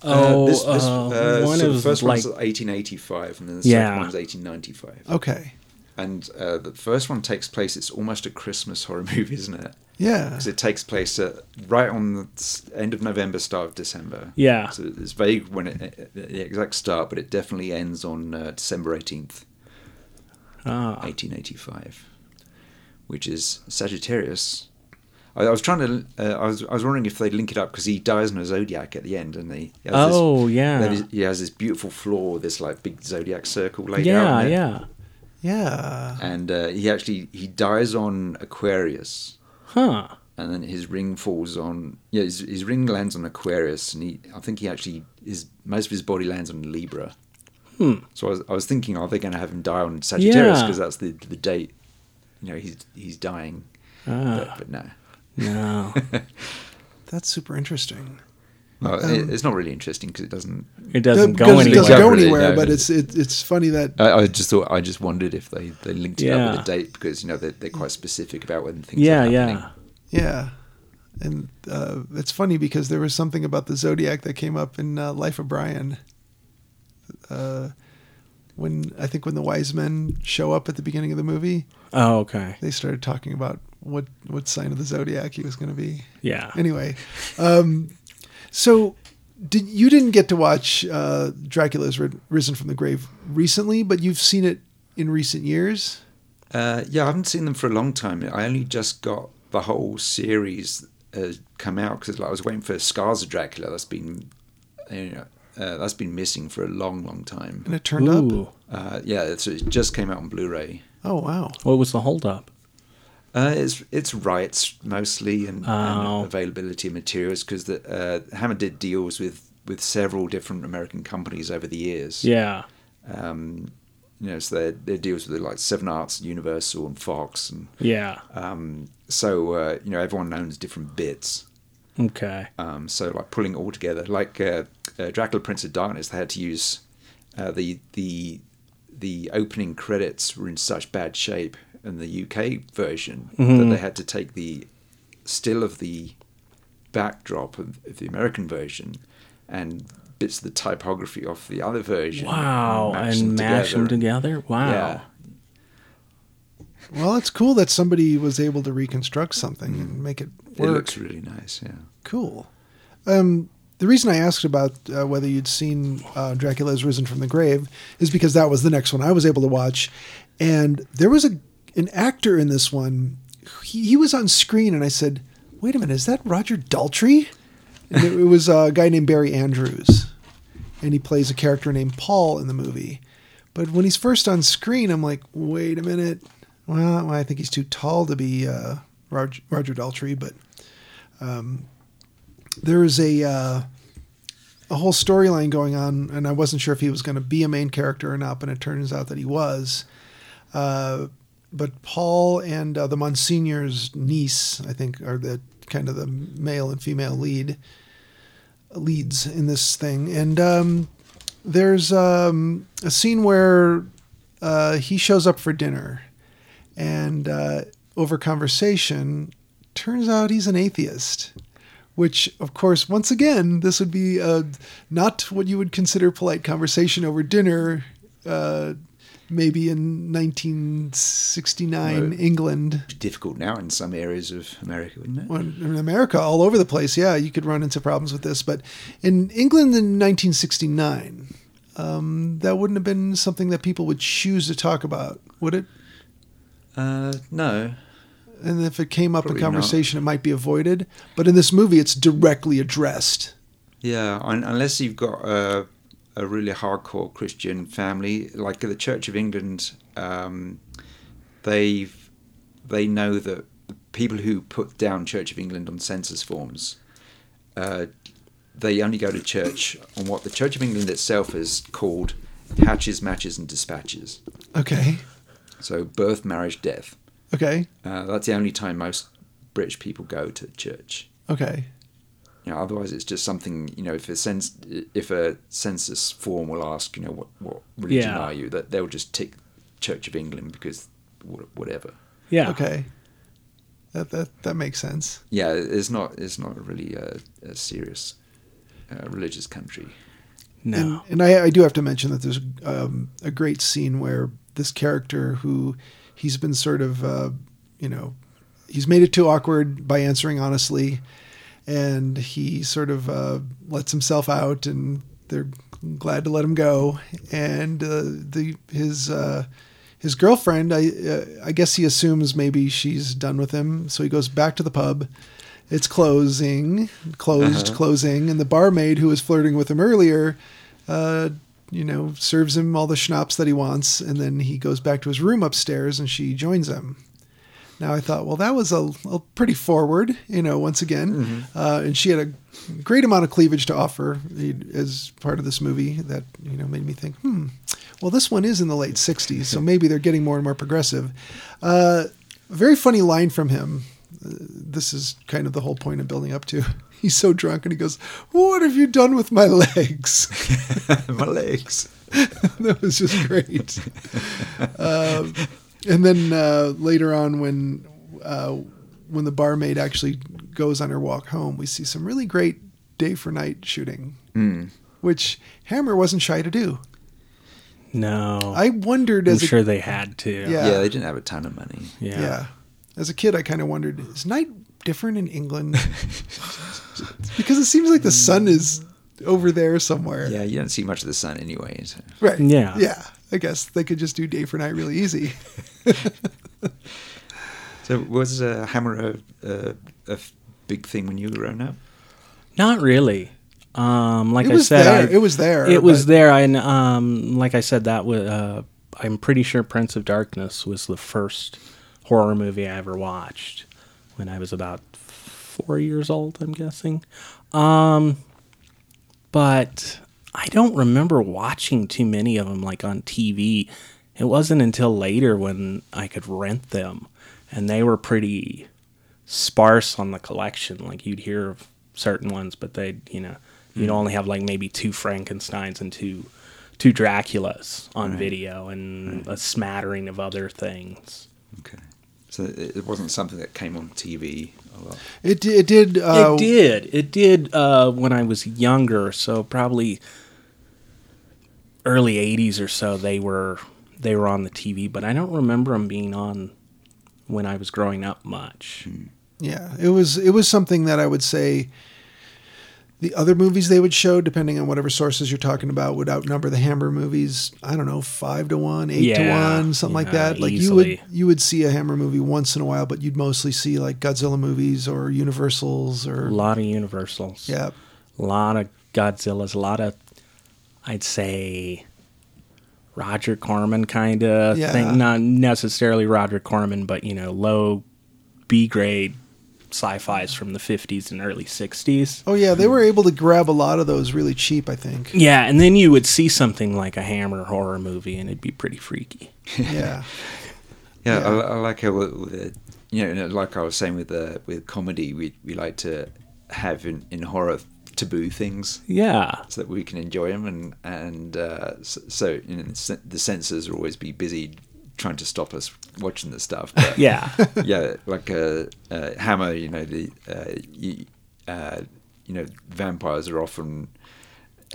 Speaker 3: Oh,
Speaker 2: this, this,
Speaker 3: uh, one
Speaker 2: so the
Speaker 3: is
Speaker 2: first
Speaker 3: like
Speaker 2: one's 1885, and then the
Speaker 3: Yeah.
Speaker 2: second one's 1895.
Speaker 4: Okay,
Speaker 2: And uh, the first one takes place. It's almost a Christmas horror movie, isn't it?
Speaker 4: yeah,
Speaker 2: because it takes place uh, right on the s- end of November, start of December.
Speaker 3: Yeah.
Speaker 2: So it's vague when it, uh, the exact start, but it definitely ends on uh, December 18th,
Speaker 3: ah,
Speaker 2: 1885, which is Sagittarius. I, I was trying to, uh, I, was, I was wondering if they'd link it up because he dies in a zodiac at the end, and he, he has
Speaker 3: Oh,
Speaker 2: this,
Speaker 3: yeah.
Speaker 2: that is- he has this beautiful floor, this like big zodiac circle laid out.
Speaker 3: yeah,
Speaker 2: in it.
Speaker 3: yeah.
Speaker 4: yeah.
Speaker 2: And uh, he actually he dies on Aquarius.
Speaker 3: Huh.
Speaker 2: and then his ring falls on yeah his, his ring lands on aquarius and he i think he actually his most of his body lands on libra hmm. so I was, I was thinking are they going to have him die on sagittarius
Speaker 3: Yeah.
Speaker 2: because that's the the date you know he's he's dying but, but no
Speaker 3: No.
Speaker 4: That's super interesting.
Speaker 2: well, um, it, it's not really interesting because it doesn't
Speaker 3: It doesn't
Speaker 4: That-
Speaker 3: go anywhere.
Speaker 4: because It doesn't go
Speaker 2: Exactly,
Speaker 4: anywhere,
Speaker 2: no.
Speaker 4: but it's it, it's funny that
Speaker 2: I, I just thought i just wondered if they they linked it up
Speaker 3: Yeah.
Speaker 2: with a date because you know they're, they're quite specific about when things
Speaker 3: yeah,
Speaker 2: are happening.
Speaker 3: yeah.
Speaker 4: yeah, and uh, it's funny because there was something about the zodiac that came up in uh, Life of Brian. Uh, when I think when the wise men show up at the beginning of the movie,
Speaker 3: Oh, okay.
Speaker 4: they started talking about what what sign of the zodiac he was going to be.
Speaker 3: Yeah.
Speaker 4: Anyway, um, so did you didn't get to watch uh, Dracula's Rid- Risen from the Grave recently, but you've seen it in recent years.
Speaker 2: Uh, yeah, I haven't seen them for a long time. I only just got the whole series uh, come out because like, I was waiting for Scars of Dracula. That's been, you know, uh, that's been missing for a long, long time.
Speaker 4: and it turned up.
Speaker 3: Ooh.
Speaker 2: Uh, yeah, so it just came out on Blu-ray.
Speaker 4: Oh wow!
Speaker 3: What was the holdup?
Speaker 2: Uh, it's it's rights mostly and,
Speaker 3: Oh.
Speaker 2: and availability of materials because uh, Hammer did deals with with several different American companies over the years.
Speaker 3: Yeah.
Speaker 2: Um, you know, so their their deals with like Seven Arts, Universal, and Fox, and
Speaker 3: Yeah.
Speaker 2: Um, so uh, you know, everyone owns different bits.
Speaker 3: Okay.
Speaker 2: Um, so like pulling it all together, like uh, uh, Dracula Prince of Darkness, they had to use uh, the the the opening credits were in such bad shape in the UK version
Speaker 3: Mm-hmm.
Speaker 2: that they had to take the still of the backdrop of, of the American version and bits of the typography off the other version.
Speaker 3: Wow. And mash them together. Wow.
Speaker 2: Yeah.
Speaker 4: Well, it's cool that somebody was able to reconstruct something and make it
Speaker 2: It
Speaker 4: work.
Speaker 2: looks really nice. Yeah.
Speaker 4: cool. Um, the reason I asked about uh, whether you'd seen uh, Dracula's Risen from the Grave is because that was the next one I was able to watch, and there was a an actor in this one. He, he was on screen, and I said, "Wait a minute, is that Roger Daltrey?" And it, it was a guy named Barry Andrews, and he plays a character named Paul in the movie. But when he's first on screen, I'm like, wait a minute. Well, I think he's too tall to be uh, Roger, Roger Daltrey, but um, there is a uh, a whole storyline going on, and I wasn't sure if he was going to be a main character or not, but it turns out that he was. Uh, but Paul and uh, the Monsignor's niece, I think, are the kind of the male and female lead leads in this thing, and um, there's um, a scene where uh, he shows up for dinner, and uh, over conversation, turns out he's an atheist. Which, of course, once again, this would be uh, not what you would consider polite conversation over dinner, uh, maybe in 1969
Speaker 2: Right.
Speaker 4: England.
Speaker 2: difficult now in some areas of America, wouldn't it?
Speaker 4: Well, in America, all over the place, yeah, you could run into problems with this. But in England in 1969, um, that wouldn't have been something that people would choose to talk about, would it?
Speaker 2: Uh, no.
Speaker 4: And if it came up
Speaker 2: Probably
Speaker 4: in
Speaker 2: not.
Speaker 4: conversation, it might be avoided. But in this movie, it's directly addressed.
Speaker 2: Yeah, un- unless you've got a, a really hardcore Christian family, like the Church of England, um, they've they know that people who put down Church of England on census forms, uh, they only go to church on what the Church of England itself has called hatches, matches, and dispatches.
Speaker 4: Okay,
Speaker 2: So birth, marriage, death.
Speaker 4: okay,
Speaker 2: Uh, that's the only time most British people go to church.
Speaker 4: okay,
Speaker 2: You know, otherwise, it's just something. You know, if a cens- if a census form will ask, you know, what what religion
Speaker 3: Yeah.
Speaker 2: are you? That they'll just tick Church of England because wha- whatever. Ah.
Speaker 3: Yeah.
Speaker 4: okay. That that that makes sense.
Speaker 2: Yeah, it's not it's not really a, a serious uh, religious country.
Speaker 3: No.
Speaker 4: And, and I, I do have to mention that there's um, a great scene where this character who he's been sort of, uh, you know, he's made it too awkward by answering honestly, and he sort of uh, lets himself out, and they're glad to let him go. And uh, the his uh, his girlfriend, I uh, I guess he assumes maybe she's done with him, so he goes back to the pub. It's closing, closed, closing, and the barmaid who was flirting with him earlier uh, you know, serves him all the schnapps that he wants, and then he goes back to his room upstairs and she joins him. Now I thought, well, that was a, a pretty forward, you know, once again.
Speaker 2: Mm-hmm.
Speaker 4: Uh, and she had a great amount of cleavage to offer as part of this movie that, you know, made me think, hmm, well, this one is in the late 60s, so maybe they're getting more and more progressive. Uh, very funny line from him. Uh, This is kind of the whole point of building up to. He's so drunk and he goes, What have you done with my legs?
Speaker 2: My legs.
Speaker 4: that was just great. um, and then uh, later on, when uh, when the barmaid actually goes on her walk home, we see some really great day for night shooting, which Hammer wasn't shy to do.
Speaker 3: no. I,
Speaker 4: I wondered
Speaker 3: am
Speaker 4: as a,
Speaker 3: sure they had to.
Speaker 4: Yeah.
Speaker 2: Yeah. they didn't have a ton of money.
Speaker 3: Yeah.
Speaker 4: yeah. as a kid, I kind of wondered is night different in England because it seems like the sun is over there somewhere.
Speaker 2: Yeah, you don't see much of the sun anyway. So.
Speaker 4: Right.
Speaker 3: Yeah.
Speaker 4: Yeah. I guess they could just do day for night really easy.
Speaker 2: So was uh, Hammer a, a, a f- big thing when you were growing up?
Speaker 3: Not really. Um, like
Speaker 4: It
Speaker 3: I
Speaker 4: was
Speaker 3: said,
Speaker 4: there.
Speaker 3: I-
Speaker 4: it was there.
Speaker 3: It was
Speaker 4: but-
Speaker 3: there, and um, like I said, that was. Uh, I'm pretty sure Prince of Darkness was the first horror movie I ever watched when I was about four years old. I'm guessing, um, but I don't remember watching too many of them like on TV. It wasn't until later when I could rent them, and they were pretty sparse on the collection. Like you'd hear of certain ones, but they, would you know, you'd only have like maybe two Frankenstein's and two two Draculas on video, and a smattering of other things.
Speaker 2: Okay. So it it wasn't something that came on TV a lot.
Speaker 4: It di- it did. Uh,
Speaker 3: it did. It did uh, when I was younger, so probably early '80s or so. They were they were on the TV, but I don't remember them being on when I was growing up much.
Speaker 4: Yeah, it was. It was something that I would say. The other movies they would show, depending on whatever sources you're talking about, would outnumber the Hammer movies. I don't know, five to one, eight
Speaker 3: Yeah,
Speaker 4: to one, something like
Speaker 3: yeah,
Speaker 4: that. Like you
Speaker 3: easily.
Speaker 4: would you would see a Hammer movie once in a while, but you'd mostly see like Godzilla movies or Universals
Speaker 3: A
Speaker 4: or
Speaker 3: lot of Universals.
Speaker 4: yeah,
Speaker 3: A lot of Godzillas. A lot of, I'd say, Roger Corman kind of
Speaker 4: Yeah.
Speaker 3: thing. Not necessarily Roger Corman, but you know, low B grade sci-fi's from the 50s and early 60s.
Speaker 4: Oh yeah, they were able to grab a lot of those really cheap, I think.
Speaker 3: Yeah, and then you would see something like a Hammer horror movie, and it'd be pretty freaky.
Speaker 4: Yeah. Yeah.
Speaker 2: yeah, I, I like how with- with it- you know, like I was saying with uh, with comedy, we we like to have in, in horror taboo things
Speaker 3: Yeah,
Speaker 2: so that we can enjoy them, and and uh, so, so you know, the cen- the censors will always be busy trying to stop us watching this stuff. But
Speaker 3: yeah,
Speaker 2: yeah, like a, uh hammer. You know the uh, you, uh, you know vampires are often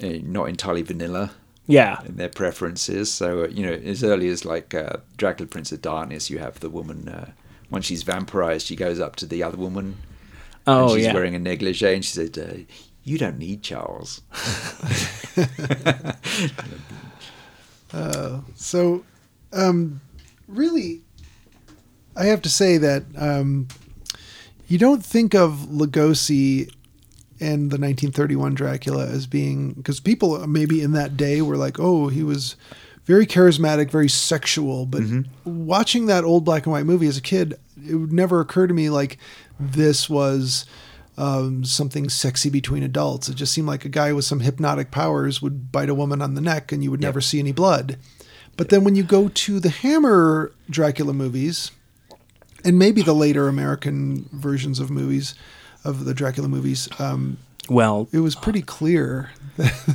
Speaker 2: uh, not entirely vanilla
Speaker 3: yeah,
Speaker 2: in their preferences. So uh, you know, as early as like uh, Dracula Prince of Darkness, you have the woman. Uh, once she's vampirized, she goes up to the other woman. and
Speaker 3: Oh,
Speaker 2: she's
Speaker 3: yeah.
Speaker 2: wearing a negligee, and she said, uh, "You don't need Charles."
Speaker 4: So, um, really, I have to say that um, you don't think of Lugosi and the 1931 Dracula as being because people maybe in that day were like, oh, he was very charismatic, very sexual. But watching that old black and white movie as a kid, it would never occur to me like this was. Um, something sexy between adults. It just seemed like a guy with some hypnotic powers would bite a woman on the neck and you would never see any blood. But then when you go to the Hammer Dracula movies, and maybe the later American versions of movies, of the Dracula movies, um,
Speaker 3: Well,
Speaker 4: it was pretty clear.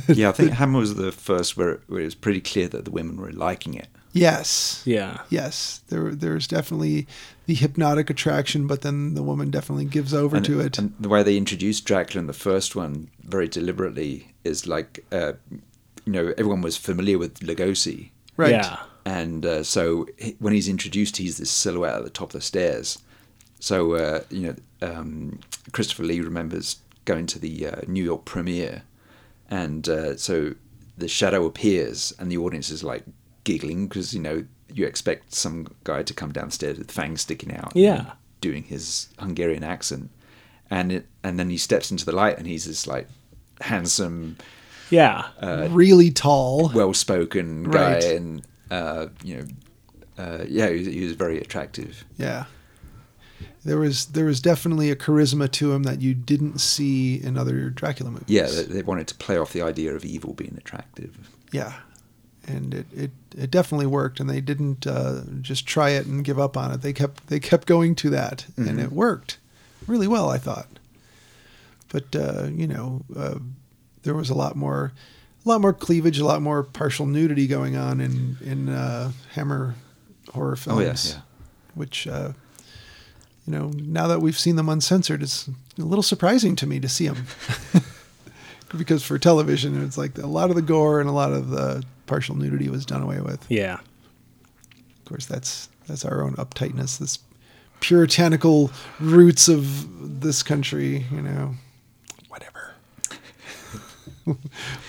Speaker 2: yeah, I think Hammer was the first where, where it was pretty clear that the women were liking it.
Speaker 4: yes.
Speaker 3: yeah,
Speaker 4: Yes. There, there's definitely the hypnotic attraction, but then the woman definitely gives over
Speaker 2: and,
Speaker 4: to it.
Speaker 2: and the way they introduced Dracula in the first one very deliberately is like, uh, you know, everyone was familiar with Lugosi,
Speaker 4: right.
Speaker 3: yeah,
Speaker 2: and uh, so he- when he's introduced, he's this silhouette at the top of the stairs. So uh, you know, um, Christopher Lee remembers going to the uh, New York premiere, and uh, so the shadow appears, and the audience is like giggling because you know you expect some guy to come downstairs with fangs sticking out, and
Speaker 3: Yeah.
Speaker 2: doing his Hungarian accent, and it, and then he steps into the light, and he's this like handsome
Speaker 3: yeah,
Speaker 4: Uh,
Speaker 2: Uh,
Speaker 4: really tall.
Speaker 2: well-spoken guy,
Speaker 4: Right.
Speaker 2: and uh, you know, uh, yeah, he was, he was very attractive.
Speaker 4: Yeah. There was there was definitely a charisma to him that you didn't see in other Dracula movies.
Speaker 2: Yeah, they, they wanted to play off the idea of evil being attractive.
Speaker 4: Yeah, and it it, it definitely worked, and they didn't uh, just try it and give up on it. They kept they kept going to that, and
Speaker 2: Mm-hmm.
Speaker 4: it worked really well, I thought. But uh, you know, uh, there was a lot more, a lot more cleavage, a lot more partial nudity going on in in uh, Hammer horror
Speaker 2: Oh yeah,
Speaker 4: films,
Speaker 2: yeah.
Speaker 4: which. Uh, you know, now that we've seen them uncensored, it's a little surprising to me to see them. because for television, it's like a lot of the gore and a lot of the partial nudity was done away with.
Speaker 3: yeah,
Speaker 4: Of course, that's that's our own uptightness, this puritanical roots of this country. You know, whatever.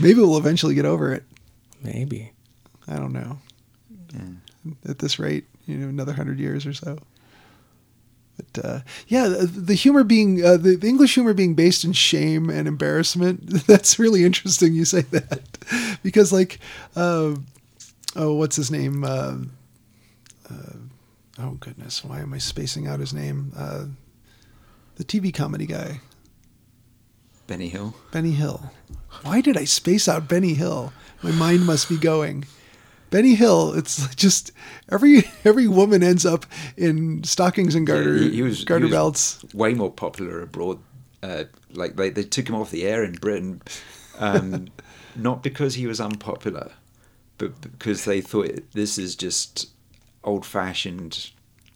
Speaker 4: Maybe we'll eventually get over it.
Speaker 3: maybe.
Speaker 4: I don't know. At this rate, you know, another hundred years or so. But uh, yeah, the, the humor being uh, the, the English humor being based in shame and embarrassment—that's really interesting. You say that because, like, uh, oh, what's his name? Uh, uh, oh goodness, why am I spacing out his name? Uh, the TV comedy guy,
Speaker 2: Benny Hill.
Speaker 4: Benny Hill. Why did I space out Benny Hill? My mind must be going. Benny Hill. It's just every every woman ends up in stockings and garter
Speaker 2: Yeah, he- he was- he
Speaker 4: garter
Speaker 2: was-
Speaker 4: belts.
Speaker 2: Way more popular abroad. Uh, like they, they took him off the air in Britain, um, not because he was unpopular, but because they thought this is just old-fashioned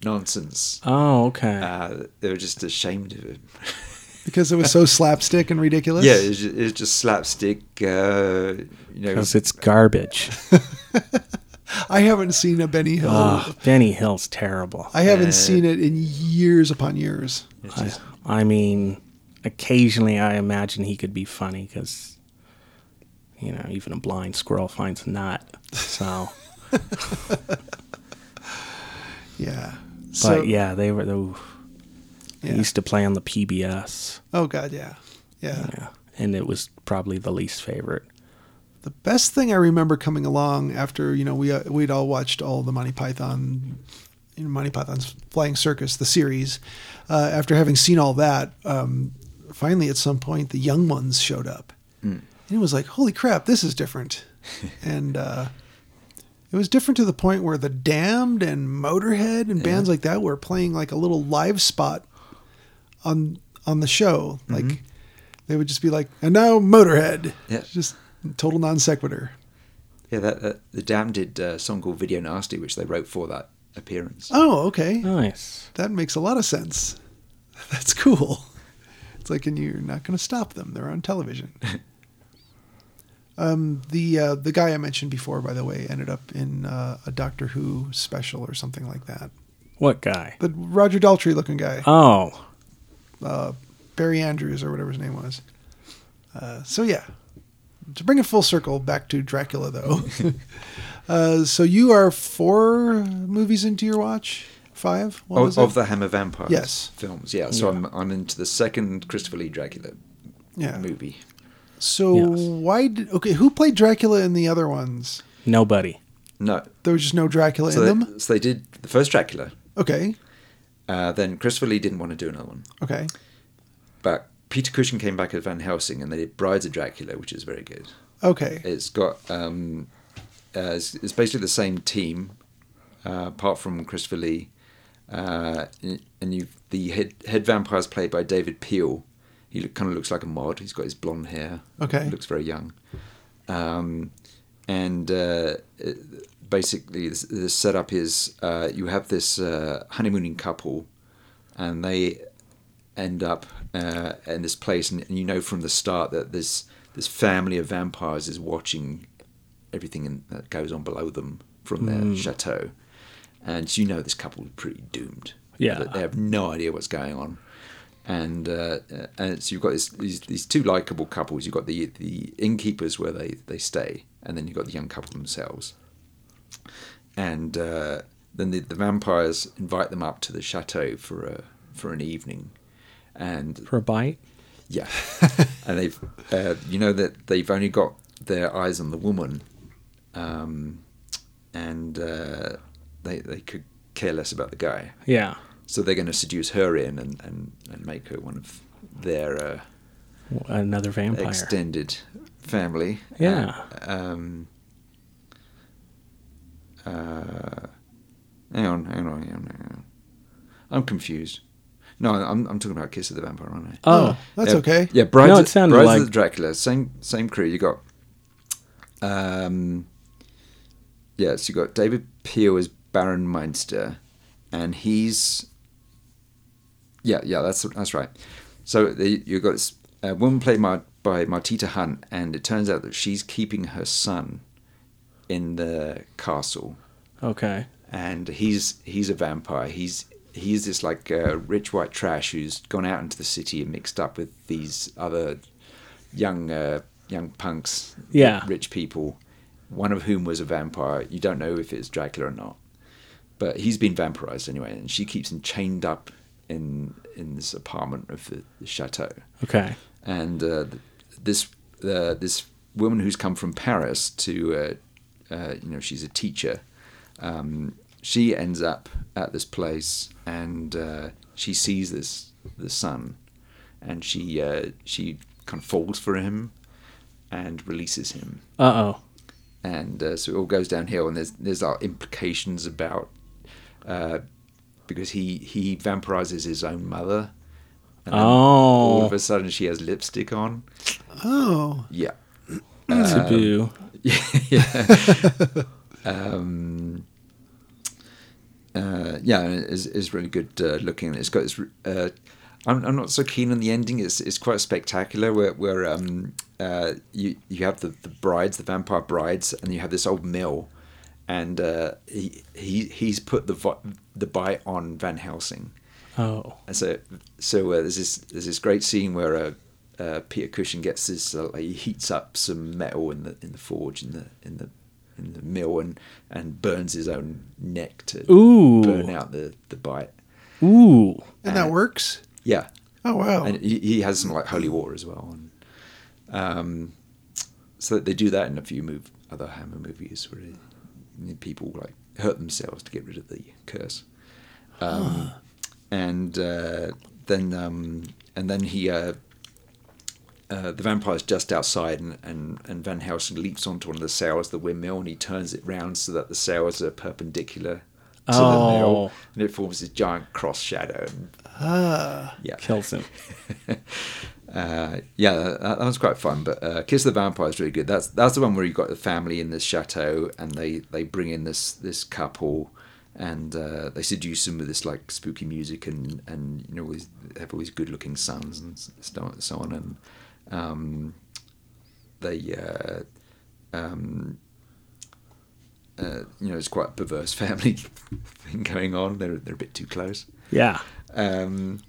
Speaker 2: nonsense.
Speaker 3: Oh, okay.
Speaker 2: Uh, they were just ashamed of him.
Speaker 4: because it was so slapstick and ridiculous.
Speaker 2: Yeah, it's just, it's just slapstick. Uh, you know,
Speaker 3: Because it's garbage.
Speaker 4: I haven't seen a Benny Hill.
Speaker 3: Ugh, Benny Hill's terrible.
Speaker 4: I haven't seen it in years upon years.
Speaker 3: I, I mean, occasionally I imagine he could be funny because, you know, even a blind squirrel finds a nut. So,
Speaker 4: Yeah.
Speaker 3: but yeah, they were. They, were- they
Speaker 4: Yeah.
Speaker 3: used to play on the PBS,
Speaker 4: Oh God, yeah. yeah.
Speaker 3: yeah, and it was probably the least favorite.
Speaker 4: The best thing I remember coming along after you know we uh, we'd all watched all the Monty Python, you know, Monty Python's Flying Circus, the series. Uh, after having seen all that, um, finally at some point the young ones showed up, and it was like, holy crap, this is different, and. Uh, it was different to the point where the Damned and Motorhead and bands like that were playing like a little live spot on on the show. Like they would just be like, "And now Motorhead."
Speaker 2: Yeah.
Speaker 4: Just total non sequitur.
Speaker 2: Yeah, that, that the Dam did uh, a song called "Video Nasty," which they wrote for that appearance.
Speaker 4: Oh, okay.
Speaker 3: Nice.
Speaker 4: That makes a lot of sense. That's cool. It's like, and you're not going to stop them. They're on television. um, the uh, the guy I mentioned before, by the way, ended up in uh, a Doctor Who special or something like that.
Speaker 3: What guy?
Speaker 4: The Roger Daltrey looking guy.
Speaker 3: Oh,
Speaker 4: Barry Andrews or whatever his name was. Uh, so yeah, to bring it full circle back to Dracula though. uh, so you are four movies into your watch, five. What
Speaker 2: Oh, Of,
Speaker 4: was it?
Speaker 2: of the Hammer Vampires
Speaker 4: Yes.
Speaker 2: films, yeah. So I'm I'm into the second Christopher Lee Dracula
Speaker 4: yeah.
Speaker 2: movie.
Speaker 4: So
Speaker 3: Yes.
Speaker 4: why did okay? Who played Dracula in the other ones?
Speaker 3: nobody.
Speaker 2: No,
Speaker 4: There was just no Dracula
Speaker 2: so
Speaker 4: in
Speaker 2: they,
Speaker 4: them.
Speaker 2: so they did the first Dracula.
Speaker 4: Okay,
Speaker 2: Uh, then Christopher Lee didn't want to do another one,
Speaker 4: okay,
Speaker 2: but Peter Cushing came back as Van Helsing, and they did Brides of Dracula, which is very good.
Speaker 4: okay.
Speaker 2: It's got um, uh, it's, it's basically the same team, uh, apart from Christopher Lee, uh, and and you the head head vampire is played by David Peel. He look, kind of looks like a mod. He's got his blonde hair.
Speaker 4: Okay.
Speaker 2: looks very young. Um, and uh, it- basically, the, the setup is uh, you have this uh, honeymooning couple, and they end up uh, in this place, and, and you know from the start that this this family of vampires is watching everything in, that goes on below them from their chateau, and you know this couple is pretty doomed.
Speaker 3: Yeah.
Speaker 2: That they have no idea what's going on, and uh, uh, and so you've got this, these these two likable couples. You've got the the innkeepers where they they stay, and then you've got the young couple themselves and uh, then the, the vampires invite them up to the chateau for a for an evening, and
Speaker 3: For a bite?
Speaker 2: yeah, and they've uh, you know that they've only got their eyes on the woman, um, and uh, they they could care less about the guy,
Speaker 3: Yeah.
Speaker 2: so they're going to seduce her in and, and, and make her one of their uh,
Speaker 3: Another vampire.
Speaker 2: extended family.
Speaker 3: Yeah.
Speaker 2: Uh, um, uh, hang on, hang on, hang on, hang on. I'm confused. No, I'm, I'm talking about Kiss of the Vampire, aren't I?
Speaker 3: oh,
Speaker 4: that's
Speaker 2: yeah,
Speaker 4: okay.
Speaker 2: Yeah, Brides,
Speaker 3: No, it
Speaker 2: of-
Speaker 3: sounded
Speaker 2: Brides
Speaker 3: like-
Speaker 2: of the Dracula, same same crew. You got, um, yeah, so you got David Peel as Baron Meinster, and he's, yeah, yeah, that's that's right. So the, you got this uh, woman played by, by Martita Hunt, and it turns out that she's keeping her son in the castle
Speaker 3: Oh, okay.
Speaker 2: and he's he's a vampire. He's he's this like uh, rich white trash who's gone out into the city and mixed up with these other young uh, young punks,
Speaker 3: Yeah.
Speaker 2: rich people. One of whom was a vampire. You don't know if it's Dracula or not, but he's been vampirized anyway, and she keeps him chained up in in this apartment of the, the chateau
Speaker 3: Okay.
Speaker 2: and uh, th- this uh, this woman who's come from Paris to uh, uh, you know she's a teacher. Um, she ends up at this place and uh, she sees this the son, and she uh, she kind of falls for him and releases him,
Speaker 3: Uh oh.
Speaker 2: and uh, so it all goes downhill. And there's there's our implications about uh, because he he vampirizes his own mother. And then All of
Speaker 3: Oh.
Speaker 2: a sudden, she has lipstick on.
Speaker 4: Oh,
Speaker 2: Yeah.
Speaker 3: Taboo.
Speaker 2: uh, yeah, and it is, is really good uh, looking. It's got this. Uh, I'm, I'm not so keen on the ending. It's it's quite spectacular. Where where um uh you you have the, the brides, the vampire brides, and you have this old mill, and uh, he he he's put the vi- the bite on Van Helsing.
Speaker 3: Oh.
Speaker 2: And so, so uh, there's this there's this great scene where uh, uh, Peter Cushing gets this uh, like, he heats up some metal in the in the forge in the in the in the mill and and burns his own neck to
Speaker 3: Ooh.
Speaker 2: burn out the the bite.
Speaker 3: Ooh.
Speaker 4: And that works.
Speaker 2: Yeah,
Speaker 4: Oh wow.
Speaker 2: and he, he has some like holy water as well. And, um, so they do that in a few move other Hammer movies where they- people like hurt themselves to get rid of the curse. Um, And uh, then um, and then he uh, uh, the vampire's just outside, and, and, and Van Helsing leaps onto one of the sails, the windmill, and he turns it round so that the sails are perpendicular to the
Speaker 3: Oh.
Speaker 2: mill, and it forms this giant cross shadow. Ah, yeah,
Speaker 3: Kills him.
Speaker 2: uh, yeah, that, that was quite fun. But uh, Kiss the Vampire is really good. That's that's the one where you got the family in this chateau, and they they bring in this this couple, and uh, they seduce them with this like spooky music, and and you know always they have all these good looking sons and s- so so on, and um, they. Uh, um, uh, you know, it's quite a perverse family thing going on. They're they're a bit too close
Speaker 3: Yeah.
Speaker 2: um,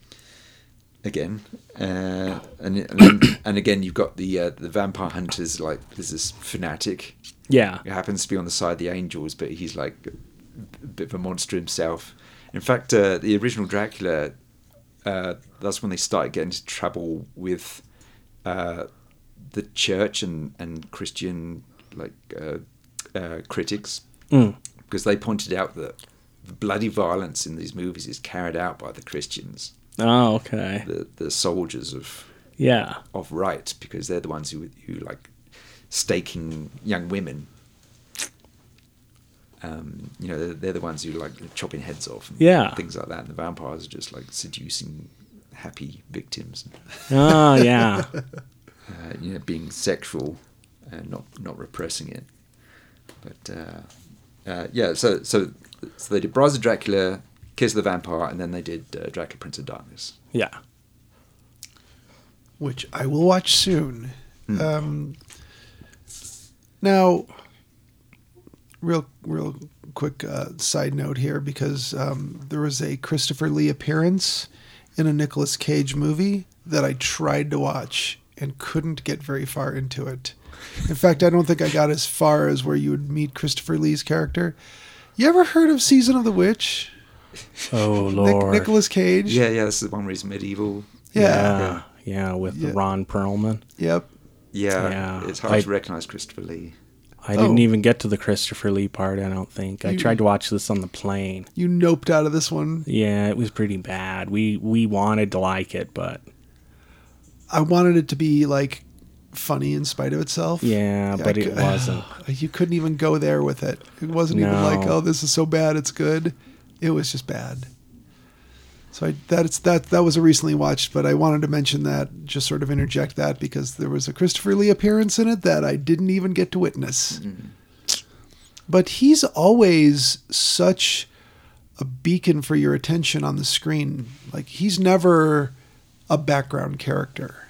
Speaker 2: again, uh, and and, and again you've got the uh, the vampire hunters like there's this fanatic
Speaker 3: Yeah.
Speaker 2: who happens to be on the side of the angels, but he's like a bit of a monster himself. In fact, uh, the original Dracula, uh, that's when they started getting into trouble with uh, the church and and Christian like uh, uh, critics because they pointed out that the bloody violence in these movies is carried out by the Christians,
Speaker 3: Oh, okay.
Speaker 2: the the soldiers of
Speaker 3: Yeah.
Speaker 2: of right because they're the ones who who like staking young women. Um, you know, they're, they're the ones who like chopping heads off, and
Speaker 3: Yeah.
Speaker 2: things like that. And the vampires are just like seducing happy victims,
Speaker 3: Oh, yeah.
Speaker 2: uh, you know, being sexual and not not repressing it. But uh, uh, yeah, so so so they did Rise of Dracula, Kiss of the Vampire, and then they did uh, Dracula Prince of Darkness.
Speaker 3: yeah.
Speaker 4: which I will watch soon. Um, now, real real quick uh, side note here because um, there was a Christopher Lee appearance in a Nicolas Cage movie that I tried to watch and couldn't get very far into it. In fact, I don't think I got as far as where you would meet Christopher Lee's character. You ever heard of Season of the Witch?
Speaker 3: Oh,
Speaker 4: Nic-
Speaker 3: Lord.
Speaker 4: Nicolas Cage.
Speaker 2: Yeah, yeah, this is the one where he's medieval.
Speaker 4: Yeah.
Speaker 3: yeah. Yeah, with
Speaker 4: Yeah.
Speaker 3: Ron Perlman.
Speaker 4: Yep.
Speaker 2: Yeah,
Speaker 3: Yeah.
Speaker 2: it's hard
Speaker 3: I-
Speaker 2: to recognize Christopher Lee.
Speaker 3: I didn't
Speaker 4: Oh.
Speaker 3: even get to the Christopher Lee part, I don't think. I
Speaker 4: You-
Speaker 3: tried to watch this on the plane.
Speaker 4: You noped out of this one.
Speaker 3: Yeah, it was pretty bad. We we wanted to like it, but
Speaker 4: I wanted it to be like funny in spite of itself.
Speaker 3: yeah, but
Speaker 4: I
Speaker 3: it
Speaker 4: cou-
Speaker 3: wasn't.
Speaker 4: You couldn't even go there with it. It wasn't even
Speaker 3: No.
Speaker 4: like, oh, this is so bad, it's good. It was just bad. So I, that's that. That was a recently watched, but I wanted to mention that, just sort of interject that because there was a Christopher Lee appearance in it that I didn't even get to witness. But he's always such a beacon for your attention on the screen. Like he's never a background character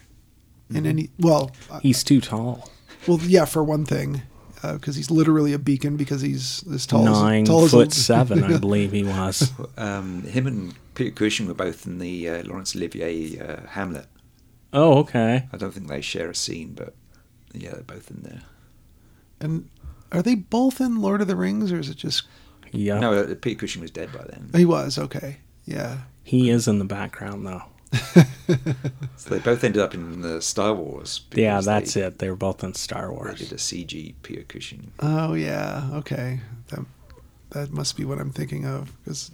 Speaker 4: in any. Well,
Speaker 3: He's too tall.
Speaker 4: well, yeah, for one thing, because he's literally a beacon because he's as tall
Speaker 3: Nine
Speaker 4: as tall as a-
Speaker 3: foot seven, I believe he was.
Speaker 2: Um, him and Peter Cushing were both in the uh, Laurence Olivier uh, Hamlet.
Speaker 3: Oh, okay.
Speaker 2: I don't think they share a scene, but yeah, they're both in there.
Speaker 4: and are they both in Lord of the Rings, or is it just
Speaker 3: Yeah.
Speaker 2: No, uh, Peter Cushing was dead by then.
Speaker 4: he was okay? Yeah,
Speaker 3: He is in the background though.
Speaker 2: So they both ended up in the Star Wars.
Speaker 3: Yeah,
Speaker 2: because
Speaker 3: that's
Speaker 2: they,
Speaker 3: it. They were both in Star
Speaker 2: They
Speaker 3: Wars.
Speaker 2: did a CG Peter Cushing.
Speaker 4: oh yeah, okay. That that must be what I'm thinking of because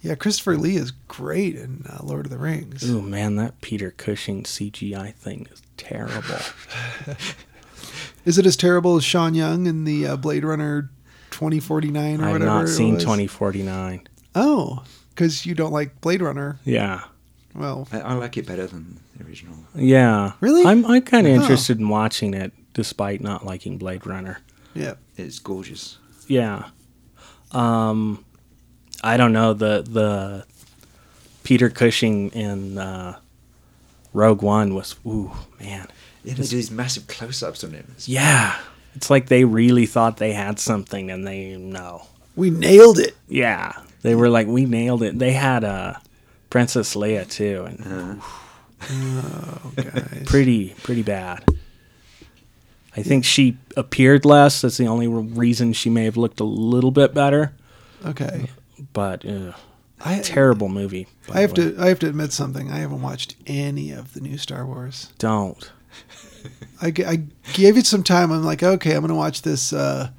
Speaker 4: yeah, Christopher Lee is great in uh, Lord of the Rings.
Speaker 3: Ooh man, that Peter Cushing CGI thing is terrible.
Speaker 4: Is it as terrible as Sean Young in the uh, Blade Runner 2049 or
Speaker 3: I've
Speaker 4: whatever?
Speaker 3: not
Speaker 4: it
Speaker 3: seen
Speaker 4: was?
Speaker 3: twenty forty nine.
Speaker 4: Oh, because you don't like Blade Runner.
Speaker 3: Yeah.
Speaker 4: Well,
Speaker 2: I, I like it better than the original.
Speaker 3: Yeah.
Speaker 4: Really?
Speaker 3: I'm I'm kinda
Speaker 4: Oh.
Speaker 3: interested in watching it despite not liking Blade Runner.
Speaker 4: yeah.
Speaker 2: It's gorgeous.
Speaker 3: Yeah. Um I don't know, the the Peter Cushing in uh Rogue One was ooh man.
Speaker 2: Yeah, they do these massive close-ups on him. It's-
Speaker 3: Yeah. It's like they really thought they had something and they no.
Speaker 4: We nailed it.
Speaker 3: Yeah. They were like, we nailed it. They had a Princess Leia too, and
Speaker 4: guys.
Speaker 3: pretty pretty bad. I think she appeared less. That's the only re- reason she may have looked a little bit better.
Speaker 4: Okay.
Speaker 3: But ugh,
Speaker 4: I,
Speaker 3: terrible movie. by
Speaker 4: I have
Speaker 3: the way.
Speaker 4: to I have to admit something. I haven't watched any of the new Star Wars.
Speaker 3: Don't.
Speaker 4: I, g- I gave it some time. I'm like, okay, I'm going to watch this. Uh,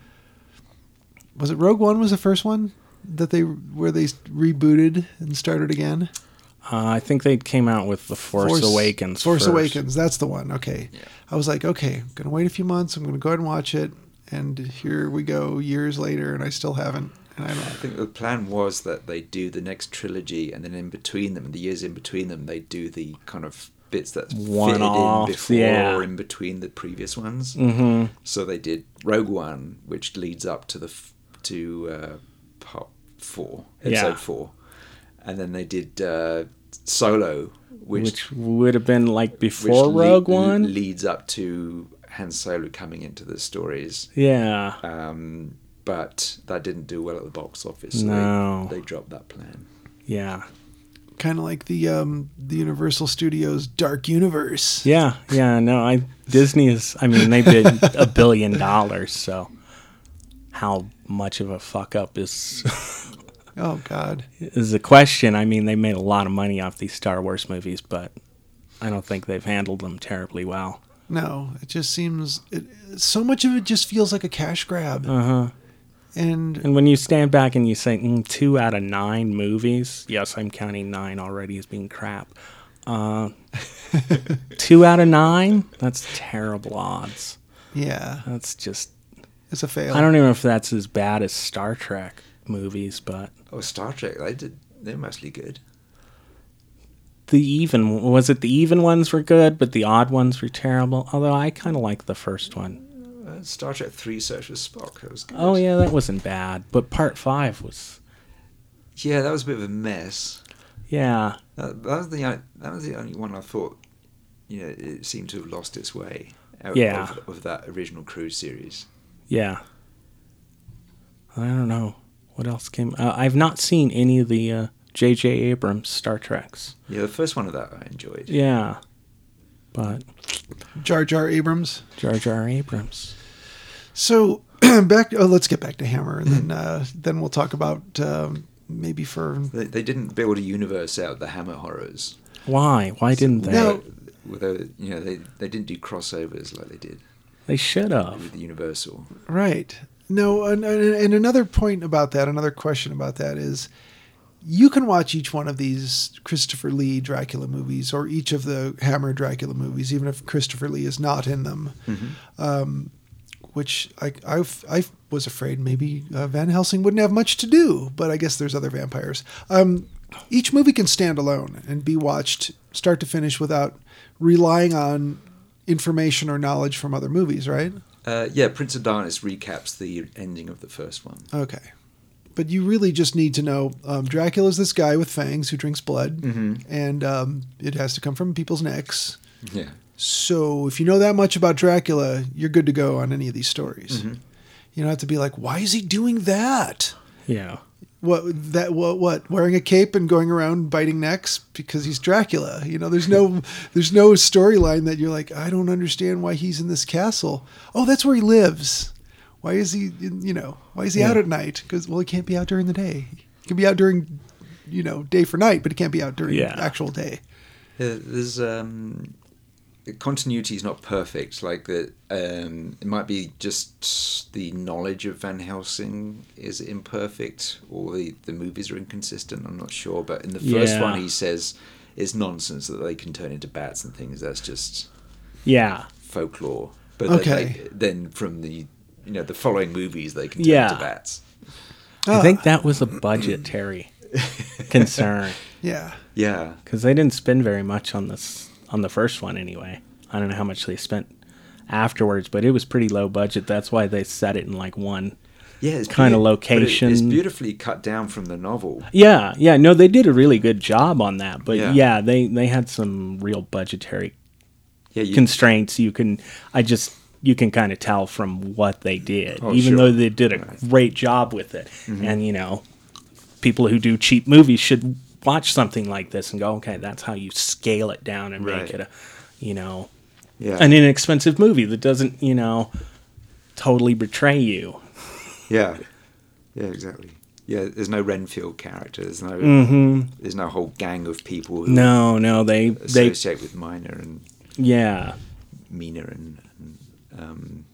Speaker 4: was it Rogue One? Was the first one that they where they rebooted and started again?
Speaker 3: Uh, I think they came out with the Force, Awakens.
Speaker 4: Force
Speaker 3: first.
Speaker 4: Awakens. That's the one. Okay. I was like, okay, I'm going to wait a few months. I'm going to go ahead and watch it. And here we go, years later, and I still haven't. And I'm
Speaker 2: I think the plan was that they do the next trilogy, and then in between them, the years in between them, they do the kind of bits that fitted in
Speaker 3: One-offs,
Speaker 2: before
Speaker 3: yeah.
Speaker 2: or in between the previous ones. Mm-hmm. So they did Rogue One, which leads up to the f- to uh, part four, episode
Speaker 3: Yeah.
Speaker 2: four, and then they did uh, Solo, which
Speaker 3: which would have been like
Speaker 2: which
Speaker 3: before
Speaker 2: le-
Speaker 3: Rogue
Speaker 2: le-
Speaker 3: One.
Speaker 2: leads up to Han Solo coming into the stories.
Speaker 3: yeah.
Speaker 2: Um, but that didn't do well at the box office. So
Speaker 3: No.
Speaker 2: they, they dropped that plan.
Speaker 3: Yeah.
Speaker 4: kind of like the um, the Universal Studios Dark Universe.
Speaker 3: Yeah. Yeah. No, I Disney is. I mean, they bid a billion dollars. So how much of a fuck up is
Speaker 4: Oh God.
Speaker 3: is the question? I mean, they made a lot of money off these Star Wars movies, but I don't think they've handled them terribly well.
Speaker 4: No, it just seems it, so much of it just feels like a cash grab. Uh huh. And
Speaker 3: And when you stand back and you say mm, two out of nine movies, yes, I'm counting nine already as being crap. Uh, two out of nine? That's terrible odds.
Speaker 4: yeah,
Speaker 3: That's just.
Speaker 4: it's a fail.
Speaker 3: I don't even know if that's as bad as Star Trek movies, but
Speaker 2: Oh, Star Trek. They did. They're mostly good.
Speaker 3: the even was it the even ones were good, but the odd ones were terrible. Although I kind of like the first one.
Speaker 2: Uh, Star Trek Three: Search for Spock. That was good.
Speaker 3: Oh yeah, that wasn't bad, but part five was.
Speaker 2: Yeah, that was a bit of a mess.
Speaker 3: Yeah,
Speaker 2: That, that was the only, that was the only one I thought. You know, it seemed to have lost its way. Out
Speaker 3: Yeah.
Speaker 2: Of, of that original Cruise series.
Speaker 3: Yeah. I don't know what else came. Uh, I've not seen any of the uh, J.J. Abrams Star Treks.
Speaker 2: Yeah, the first one of that I enjoyed.
Speaker 3: Yeah, but
Speaker 4: Jar Jar Abrams.
Speaker 3: Jar Jar Abrams.
Speaker 4: So back. Oh, let's get back to Hammer, and then uh, then we'll talk about um, maybe for
Speaker 2: They, they didn't build a universe out of the Hammer horrors.
Speaker 3: Why? Why didn't they?
Speaker 4: No.
Speaker 2: Although, you know, they, they didn't do crossovers like they did
Speaker 3: They should have.
Speaker 2: with Universal.
Speaker 4: right. No, and, and and another point about that, another question about that is, you can watch each one of these Christopher Lee Dracula movies or each of the Hammer Dracula movies, even if Christopher Lee is not in them. Um, which I I, I was afraid maybe uh, Van Helsing wouldn't have much to do, but I guess there's other vampires. Um, each movie can stand alone and be watched start to finish without relying on information or knowledge from other movies, right?
Speaker 2: Uh, yeah, Prince of Darkness recaps the ending of the first one.
Speaker 4: Okay. But you really just need to know um, Dracula's this guy with fangs who drinks blood, and um, it has to come from people's necks.
Speaker 2: Yeah.
Speaker 4: So if you know that much about Dracula, you're good to go on any of these stories. You don't have to be like, why is he doing that?
Speaker 3: Yeah.
Speaker 4: what that what what wearing a cape and going around biting necks because he's Dracula. You know, there's no there's no storyline that you're like, I don't understand why he's in this castle. Oh, that's where he lives. Why is he? in- You know, why is he out at night? Because well, he can't be out during the day. He can be out during, you know, day for night, but he can't be out during
Speaker 3: Yeah.
Speaker 4: actual day.
Speaker 2: There- There's um, continuity is not perfect. Like the um, it might be just the knowledge of Van Helsing is imperfect, or the the movies are inconsistent. I'm not sure, but in the first
Speaker 3: Yeah.
Speaker 2: one, he says it's nonsense that they can turn into bats and things. That's just
Speaker 3: Yeah.
Speaker 2: folklore. But then they-
Speaker 4: Okay.
Speaker 2: then from the you know the following movies, they can turn
Speaker 3: Yeah.
Speaker 2: into bats.
Speaker 3: I think that was a budgetary concern
Speaker 4: Yeah,
Speaker 2: Yeah,
Speaker 3: because they didn't spend very much on this on the first one anyway. I don't know how much they spent afterwards, but it was pretty low budget. That's why they set it in like one
Speaker 2: yeah. It's
Speaker 3: Kinda
Speaker 2: beaut- but it- It's
Speaker 3: location.
Speaker 2: beautifully cut down from the novel.
Speaker 3: Yeah, yeah, no, they did a really good job on that, but
Speaker 2: Yeah.
Speaker 3: yeah, they they had some real budgetary
Speaker 2: Yeah, you,
Speaker 3: constraints. You can, I just you can kind of tell from what they did,
Speaker 2: Oh,
Speaker 3: even
Speaker 2: sure. Mm-hmm.
Speaker 3: though they did a great job with it. And you know, people who do cheap movies should watch something like this and go, okay, that's how you scale it down and
Speaker 2: Right.
Speaker 3: make it a, you know,
Speaker 2: Yeah.
Speaker 3: an inexpensive movie that doesn't, you know, totally betray you.
Speaker 2: yeah. Yeah, exactly. Yeah, there's no Renfield character. There's no there's no whole gang of people who
Speaker 3: Mm-hmm. No, no, they they
Speaker 2: associate with Minor and
Speaker 3: yeah.
Speaker 2: Mina and, and um,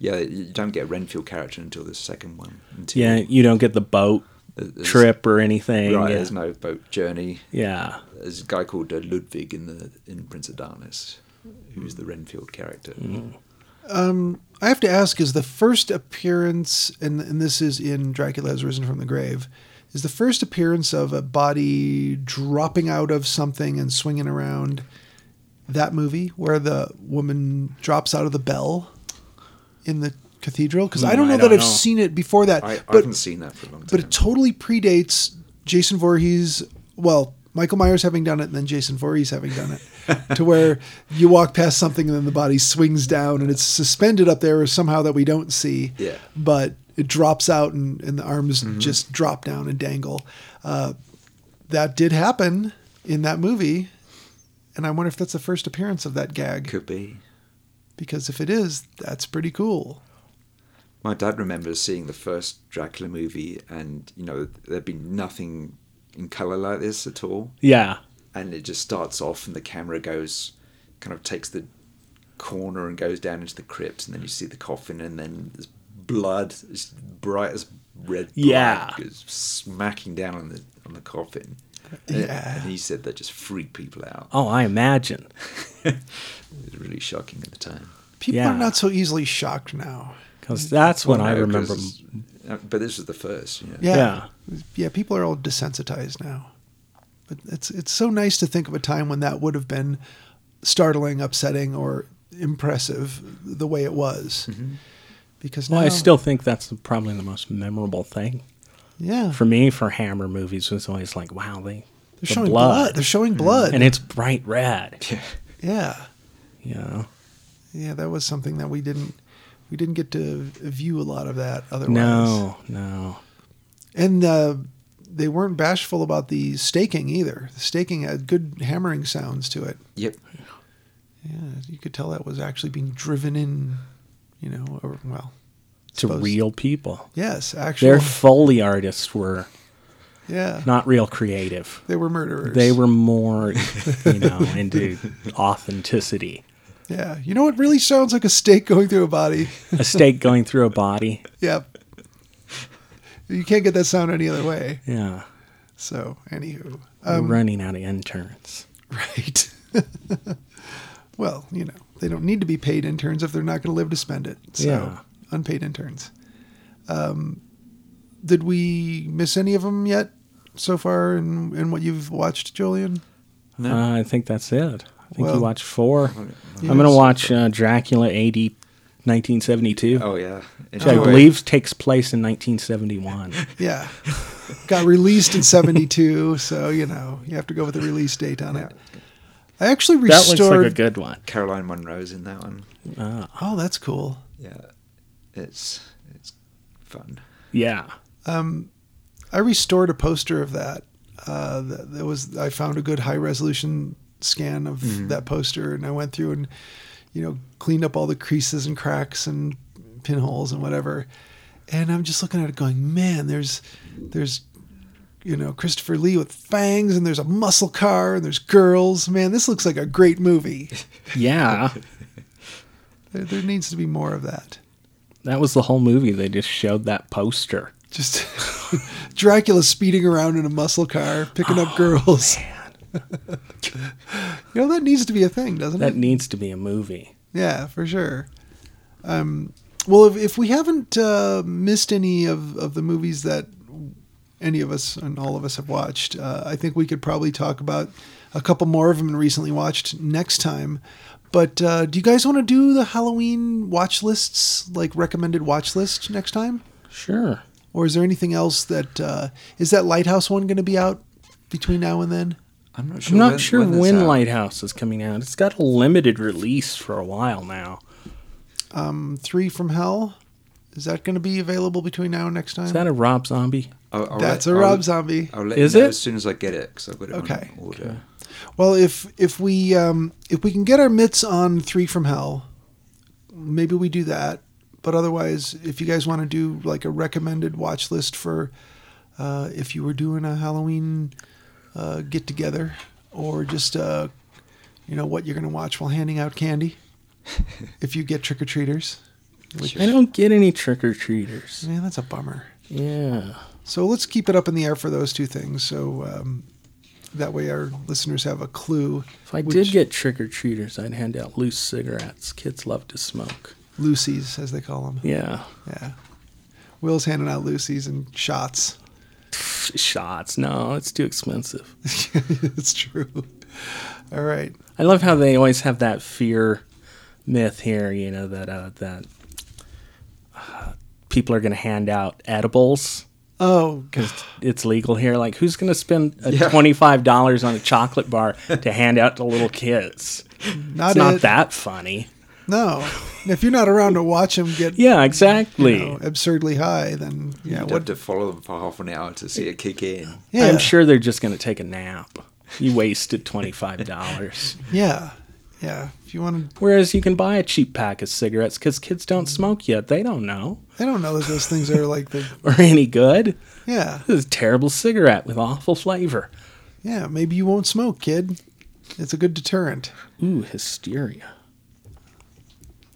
Speaker 2: yeah, you don't get Renfield character until the second one. Until
Speaker 3: Yeah, you don't get the boat
Speaker 2: there's-
Speaker 3: trip or anything.
Speaker 2: Right,
Speaker 3: yeah.
Speaker 2: there's no boat journey.
Speaker 3: yeah.
Speaker 2: There's a guy called uh, Ludwig in the in Prince of Darkness, who's
Speaker 3: Mm.
Speaker 2: the Renfield character.
Speaker 3: Mm-hmm.
Speaker 4: I have to ask: Is the first appearance, and and this is in Dracula has risen from the grave, is the first appearance of a body dropping out of something and swinging around that movie where the woman drops out of the bell in the cathedral? Because I
Speaker 3: Hmm,
Speaker 4: don't know
Speaker 3: I
Speaker 4: that
Speaker 3: don't
Speaker 4: I've
Speaker 3: know.
Speaker 4: seen it before that,
Speaker 2: I, I
Speaker 4: but
Speaker 2: haven't seen that for a long time.
Speaker 4: but it totally predates Jason Voorhees. Well, Michael Myers having done it, and then Jason Voorhees having done it, to where you walk past something and then the body swings down and it's suspended up there somehow that we don't see.
Speaker 2: Yeah. Mm-hmm.
Speaker 4: But it drops out and, and the arms just drop down and dangle. Uh, that did happen in that movie. And I wonder if that's the first appearance of that gag.
Speaker 2: Could be.
Speaker 4: Because if it is, that's pretty cool.
Speaker 2: My dad remembers seeing the first Dracula movie, and you know there'd been nothing in color like this at all.
Speaker 3: Yeah.
Speaker 2: and it just starts off and the camera goes kind of takes the corner and goes down into the crypt and then you see the coffin and then there's blood it's bright as red blood
Speaker 3: Yeah.
Speaker 2: goes smacking down on the on the coffin
Speaker 4: Yeah.
Speaker 2: and he said that just freaked people out
Speaker 3: Oh, I imagine.
Speaker 2: it was really shocking at the time
Speaker 4: People
Speaker 3: Yeah.
Speaker 4: are not so easily shocked now.
Speaker 3: Cuz that's what I
Speaker 2: No,
Speaker 3: remember.
Speaker 2: 'cause- uh, but this was the first you know.
Speaker 4: Yeah.
Speaker 3: Yeah.
Speaker 4: yeah, people are all desensitized now. But it's it's so nice to think of a time when that would have been startling, upsetting, or impressive the way it was. Because
Speaker 3: Well,
Speaker 4: now,
Speaker 3: I still think that's the, probably the most memorable thing
Speaker 4: yeah,
Speaker 3: for me for Hammer movies. Was always like, wow, they
Speaker 4: they're
Speaker 3: the
Speaker 4: showing blood. They're showing blood.
Speaker 3: and it's bright red.
Speaker 4: yeah,
Speaker 3: You know,
Speaker 4: yeah, that was something that we didn't we didn't get to view a lot of that otherwise.
Speaker 3: no, no,
Speaker 4: and uh, they weren't bashful about the staking either. The staking had good hammering sounds to it.
Speaker 2: yep
Speaker 4: Yeah, you could tell that was actually being driven in, you know, or, well,
Speaker 3: to
Speaker 4: Suppose-
Speaker 3: real people.
Speaker 4: yes, actually,
Speaker 3: Their foley artists were
Speaker 4: yeah,
Speaker 3: not real creative.
Speaker 4: they were murderers.
Speaker 3: They were more, you know, into authenticity.
Speaker 4: yeah. You know what really sounds like a stake going through a body?
Speaker 3: A stake going through a body.
Speaker 4: yep. You can't get that sound any other way.
Speaker 3: Yeah,
Speaker 4: So, anywho, um,
Speaker 3: we're running out of interns.
Speaker 4: right. well, you know, they don't need to be paid interns if they're not going to live to spend it. So,
Speaker 3: Yeah.
Speaker 4: unpaid interns. Um, did we miss any of them yet so far in, in what you've watched, Julian?
Speaker 3: Uh, I think that's it. I think
Speaker 4: Well-
Speaker 3: you watched four.
Speaker 4: Yeah.
Speaker 3: I'm going to watch uh, Dracula 80, 1972,
Speaker 2: oh yeah
Speaker 3: which I
Speaker 2: Enjoy.
Speaker 3: believe takes place in 1971.
Speaker 4: Yeah. Got released in 72, so you know, you have to go with the release date on it. I actually
Speaker 3: that looks like
Speaker 4: restored
Speaker 3: a good one.
Speaker 2: caroline monroe's in that one
Speaker 4: Oh, that's cool.
Speaker 2: yeah it's it's fun
Speaker 3: Yeah.
Speaker 4: I restored a poster of that. Uh that, that was I found a good high resolution scan of that poster and I went through and you know, cleaned up all the creases and cracks and pinholes and whatever. And I'm just looking at it going, "Man, there's there's you know, Christopher Lee with fangs and there's a muscle car and there's girls. Man, this looks like a great movie."
Speaker 3: Yeah.
Speaker 4: There, there needs to be more of that.
Speaker 3: that was the whole movie. They just showed that poster.
Speaker 4: Just Dracula speeding around in a muscle car, picking up girls. you know, that needs to be a thing, doesn't
Speaker 3: That
Speaker 4: it?
Speaker 3: needs to be a movie.
Speaker 4: Yeah, for sure. Um, well, if, if we haven't uh, missed any of, of the movies that any of us and all of us have watched, uh, I think we could probably talk about a couple more of them and recently watched next time. But uh, do you guys want to do the Halloween watch lists, like recommended watch list next time?
Speaker 3: Sure.
Speaker 4: Or is there anything else that uh, is that Lighthouse one going to be out between now and then?
Speaker 2: i'm not sure
Speaker 3: I'm not
Speaker 2: when-
Speaker 3: sure
Speaker 2: that's
Speaker 3: when,
Speaker 2: out.
Speaker 3: Lighthouse is coming out. It's got a limited release for a while now.
Speaker 4: Um, Three from Hell Is that going to be available between now and next time?
Speaker 3: Is that a Rob Zombie?
Speaker 2: I'll, I'll
Speaker 4: That's
Speaker 2: let-
Speaker 4: a Rob
Speaker 2: I'll,
Speaker 4: Zombie.
Speaker 2: I'll let
Speaker 3: Is
Speaker 2: you know
Speaker 3: it?
Speaker 2: as soon as I get it because I've got it
Speaker 4: Okay.
Speaker 2: on order.
Speaker 4: Well, if if we um, if we can get our mitts on three from hell, maybe we do that. But otherwise, if you guys want to do like a recommended watch list for uh, if you were doing a Halloween uh, get together or just uh, you know what you're going to watch while handing out candy, if you get trick or treaters,
Speaker 3: I don't get any trick or treaters.
Speaker 4: man, that's a bummer.
Speaker 3: Yeah.
Speaker 4: So let's keep it up in the air for those two things. So um, that way our listeners have a clue.
Speaker 3: If I
Speaker 4: which-
Speaker 3: did get trick or treaters, I'd hand out loose cigarettes. Kids love to smoke.
Speaker 4: Lucy's, as they call them.
Speaker 3: Yeah.
Speaker 4: Yeah. Will's handing out Lucy's and shots.
Speaker 3: Shots. No, it's too expensive.
Speaker 4: it's true. All right.
Speaker 3: I love how they always have that fear myth here, you know, that uh, that uh, people are going to hand out edibles
Speaker 4: Oh, God.
Speaker 3: because it's legal here. Like, who's going to spend uh
Speaker 2: Yeah.
Speaker 3: $25 on a chocolate bar to hand out to little kids?
Speaker 4: not,
Speaker 3: It's not
Speaker 4: it.
Speaker 3: that funny.
Speaker 4: No. If you're not around to watch him get
Speaker 3: Yeah, exactly.
Speaker 4: you know, absurdly high, then yeah,
Speaker 2: I'd
Speaker 4: what?
Speaker 2: have to follow them for half an hour to see it kick in.
Speaker 4: yeah,
Speaker 3: I'm sure they're just going to take a nap. You wasted $25.
Speaker 4: Yeah, yeah. If you want to,
Speaker 3: Whereas you can buy a cheap pack of cigarettes because kids don't smoke yet. They don't know.
Speaker 4: I don't know that those things are like the.
Speaker 3: Or any good.
Speaker 4: Yeah,
Speaker 3: This is a terrible cigarette with awful flavor.
Speaker 4: yeah. Maybe you won't smoke, kid. It's a good deterrent.
Speaker 3: Ooh, hysteria.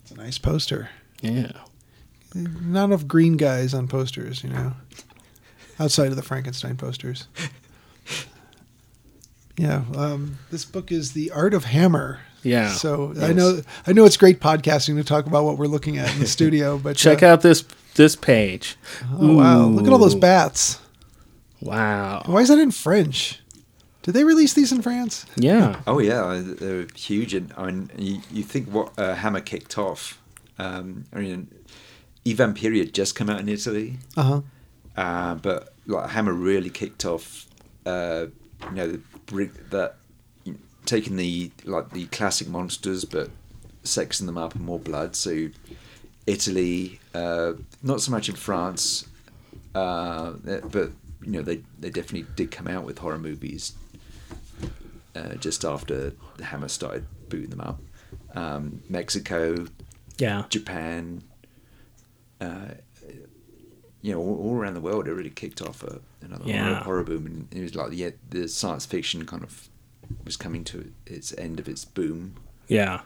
Speaker 4: It's a nice poster.
Speaker 3: Yeah.
Speaker 4: Not enough green guys on posters, you know. Outside of the Frankenstein posters. Yeah, um, this book is the Art of Hammer.
Speaker 3: Yeah.
Speaker 4: So I know I know it's great podcasting to talk about what we're looking at in the studio, but
Speaker 3: Check out this this page.
Speaker 4: uh, Oh wow! Look at all those
Speaker 3: Ooh.
Speaker 4: bats.
Speaker 3: Wow.
Speaker 4: Why is that in French? Did they release these in France?
Speaker 3: Yeah.
Speaker 2: Oh yeah, I- they're huge, and I mean, you, you think what uh, Hammer kicked off? Um, I mean, Evan Period just come out in Italy,
Speaker 4: Uh huh.
Speaker 2: uh, but like Hammer really kicked off. Uh, you know, the, bri- that you know, taking the like the classic monsters, but sexing them up and more blood. So Italy, uh, not so much in France, uh, but you know they they definitely did come out with horror movies uh, just after the Hammer started booting them up. Um, Mexico,
Speaker 3: Yeah.
Speaker 2: Japan, uh, you know, all, all around the world, it really kicked off a, another horror,
Speaker 3: Yeah.
Speaker 2: horror boom, and it was like yeah, the science fiction kind of was coming to its end of its boom.
Speaker 3: Yeah.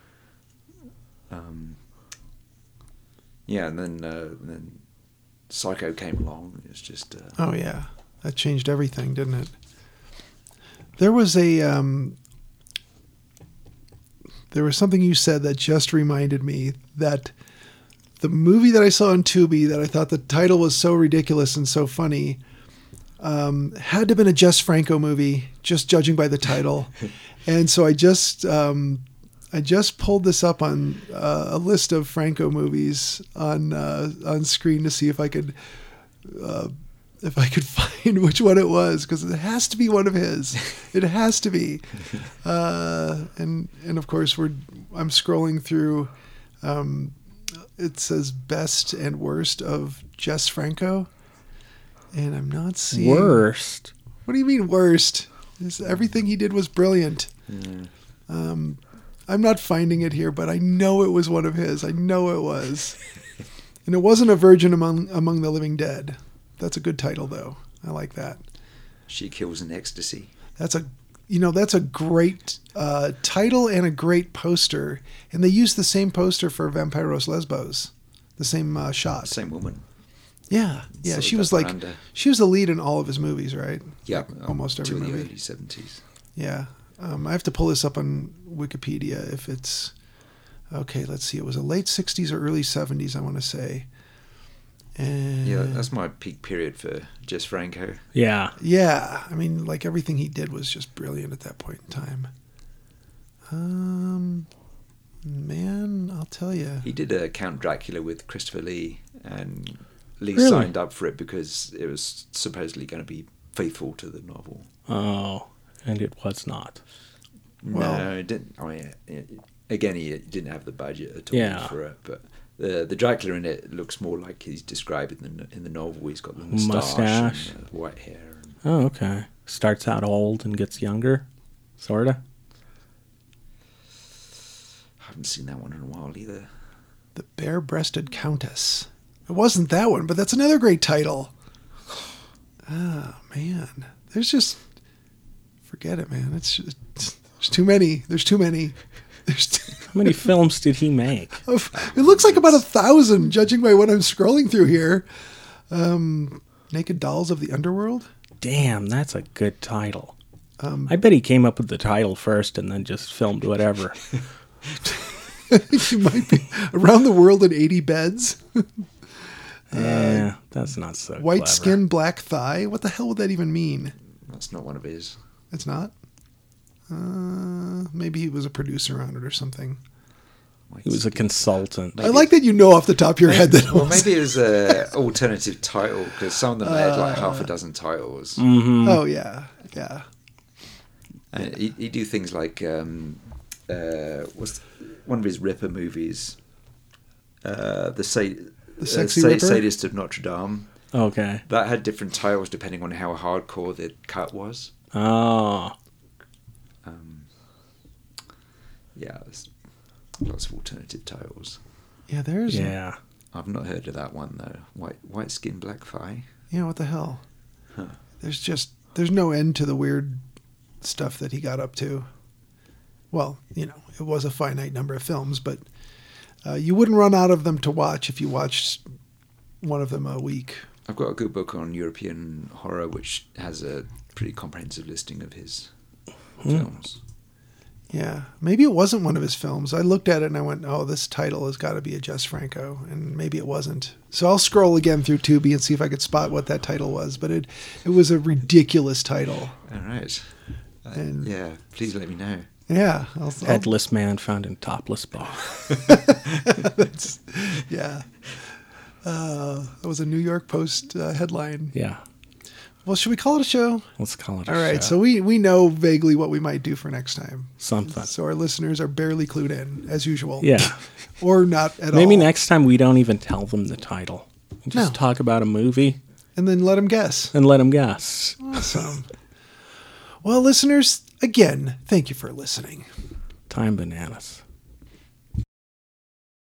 Speaker 2: Yeah, and then uh, and then Psycho came along. and It was just uh,
Speaker 4: Oh yeah, that changed everything, didn't it? There was a um, there was something you said that just reminded me that the movie that I saw on Tubi that I thought the title was so ridiculous and so funny um, had to have been a Jess Franco movie, just judging by the title. and so I just um, I just pulled this up on uh, a list of Franco movies on uh, on screen to see if I could uh, if I could find which one it was, because it has to be one of his. It has to be. Uh, and and of course we're I'm scrolling through. Um, it says best and worst of Jess Franco, and I'm not seeing.
Speaker 3: Worst.
Speaker 4: What do you mean worst? This, everything he did was brilliant. Um, I'm not finding it here, but I know it was one of his. I know it was. and it wasn't a virgin among among the living dead. That's a good title though. I like that.
Speaker 2: she kills in ecstasy.
Speaker 4: That's a you know that's a great uh, title and a great poster, and they used the same poster for Vampiros Lesbos, the same uh, shot.
Speaker 2: Same woman.
Speaker 4: Yeah, yeah.
Speaker 2: Sort of
Speaker 4: She was like
Speaker 2: Miranda.
Speaker 4: she was the lead in all of his movies, right?
Speaker 2: Yeah,
Speaker 4: Like, almost every
Speaker 2: till
Speaker 4: movie.
Speaker 2: the early seventies.
Speaker 4: Yeah. Um, I have to pull this up on Wikipedia if it's okay. Let's see. It was a late 60s or early 70s, I want to say. And
Speaker 2: Yeah, that's my peak period for Jess Franco.
Speaker 3: Yeah.
Speaker 4: yeah. I mean, like everything he did was just brilliant at that point in time. Um, man, I'll tell you.
Speaker 2: He did a Count Dracula with Christopher Lee, and Lee
Speaker 3: Really?
Speaker 2: signed up for it because it was supposedly going to be faithful to the novel.
Speaker 3: Oh, and it was not.
Speaker 4: Well-
Speaker 2: no, it didn't. I mean, it- again, he didn't have the budget at all
Speaker 3: Yeah.
Speaker 2: for it, but the the Dracula in it looks more like he's described in the n- in the novel. He's got the moustache,
Speaker 3: Mustache.
Speaker 2: and, uh, white hair.
Speaker 3: Oh, okay. Starts out old and gets younger, sorta.
Speaker 2: I haven't seen that one in a while either.
Speaker 4: The Bare Breasted Countess. It wasn't that one, but that's another great title. Ah, man. There's just. Forget it, man. It's just. There's too many. There's too many. There's. Too,
Speaker 3: How many films did he make?
Speaker 4: it looks like about a thousand, judging by what I'm scrolling through here. Um, Naked Dolls of the Underworld.
Speaker 3: Damn, that's a good title.
Speaker 4: Um,
Speaker 3: I bet he came up with the title first and then just filmed whatever.
Speaker 4: Uh, you might be around the world in 80 beds.
Speaker 3: yeah, that's not so
Speaker 4: White
Speaker 3: clever.
Speaker 4: skin, black thigh. What the hell would that even mean?
Speaker 2: That's not one of his.
Speaker 4: It's not. Uh, maybe he was a producer on it or something.
Speaker 3: He was a consultant.
Speaker 4: I like that you know off the top of your head that it
Speaker 2: Well,
Speaker 4: was-
Speaker 2: maybe it was a alternative title because some of them had like half a dozen titles.
Speaker 4: Oh yeah, yeah.
Speaker 2: And he, he do things like um, uh, what's one of his Ripper movies, uh, the, Sa- uh,
Speaker 4: Sexy
Speaker 2: Sa-
Speaker 4: Ripper?
Speaker 2: Sadist of Notre Dame.
Speaker 3: Okay.
Speaker 2: That had different titles depending on how hardcore the cut was.
Speaker 3: Oh,
Speaker 2: Yeah, there's lots of alternative titles.
Speaker 4: Yeah, there's yeah.
Speaker 3: yeah.
Speaker 2: I've not heard of that one though. White White Skin Black Thigh.
Speaker 4: what the hell? There's just there's no end to the weird stuff that he got up to. Well, you know, it was a finite number of films, but uh, you wouldn't run out of them to watch if you watched one of them a week.
Speaker 2: I've got a good book on European horror, which has a pretty comprehensive listing of his
Speaker 4: Hmm.
Speaker 2: films.
Speaker 4: Yeah, maybe it wasn't one of his films. I looked at it and I went, "Oh, this title has got to be a Jess Franco," and maybe it wasn't. So I'll scroll again through Tubi and see if I could spot what that title was. But it it was a ridiculous title.
Speaker 2: All right. Uh,
Speaker 4: And-
Speaker 2: yeah, please let me know.
Speaker 4: Yeah, I'll, I'll,
Speaker 3: Headless man found in topless bar.
Speaker 4: yeah. Uh, that was a New York Post uh, headline.
Speaker 3: Yeah.
Speaker 4: Well, should we call it a show?
Speaker 3: Let's call it a
Speaker 4: All right,
Speaker 3: show.
Speaker 4: so we we know vaguely what we might do for next time.
Speaker 3: Something.
Speaker 4: So our listeners are barely clued in, as usual.
Speaker 3: Yeah.
Speaker 4: or not at all.
Speaker 3: Maybe next time we don't even tell them the title. We Just
Speaker 4: No.
Speaker 3: talk about a movie
Speaker 4: and then let them guess.
Speaker 3: and let them guess.
Speaker 4: Awesome. well, listeners, again, thank you for listening.
Speaker 3: Time bananas.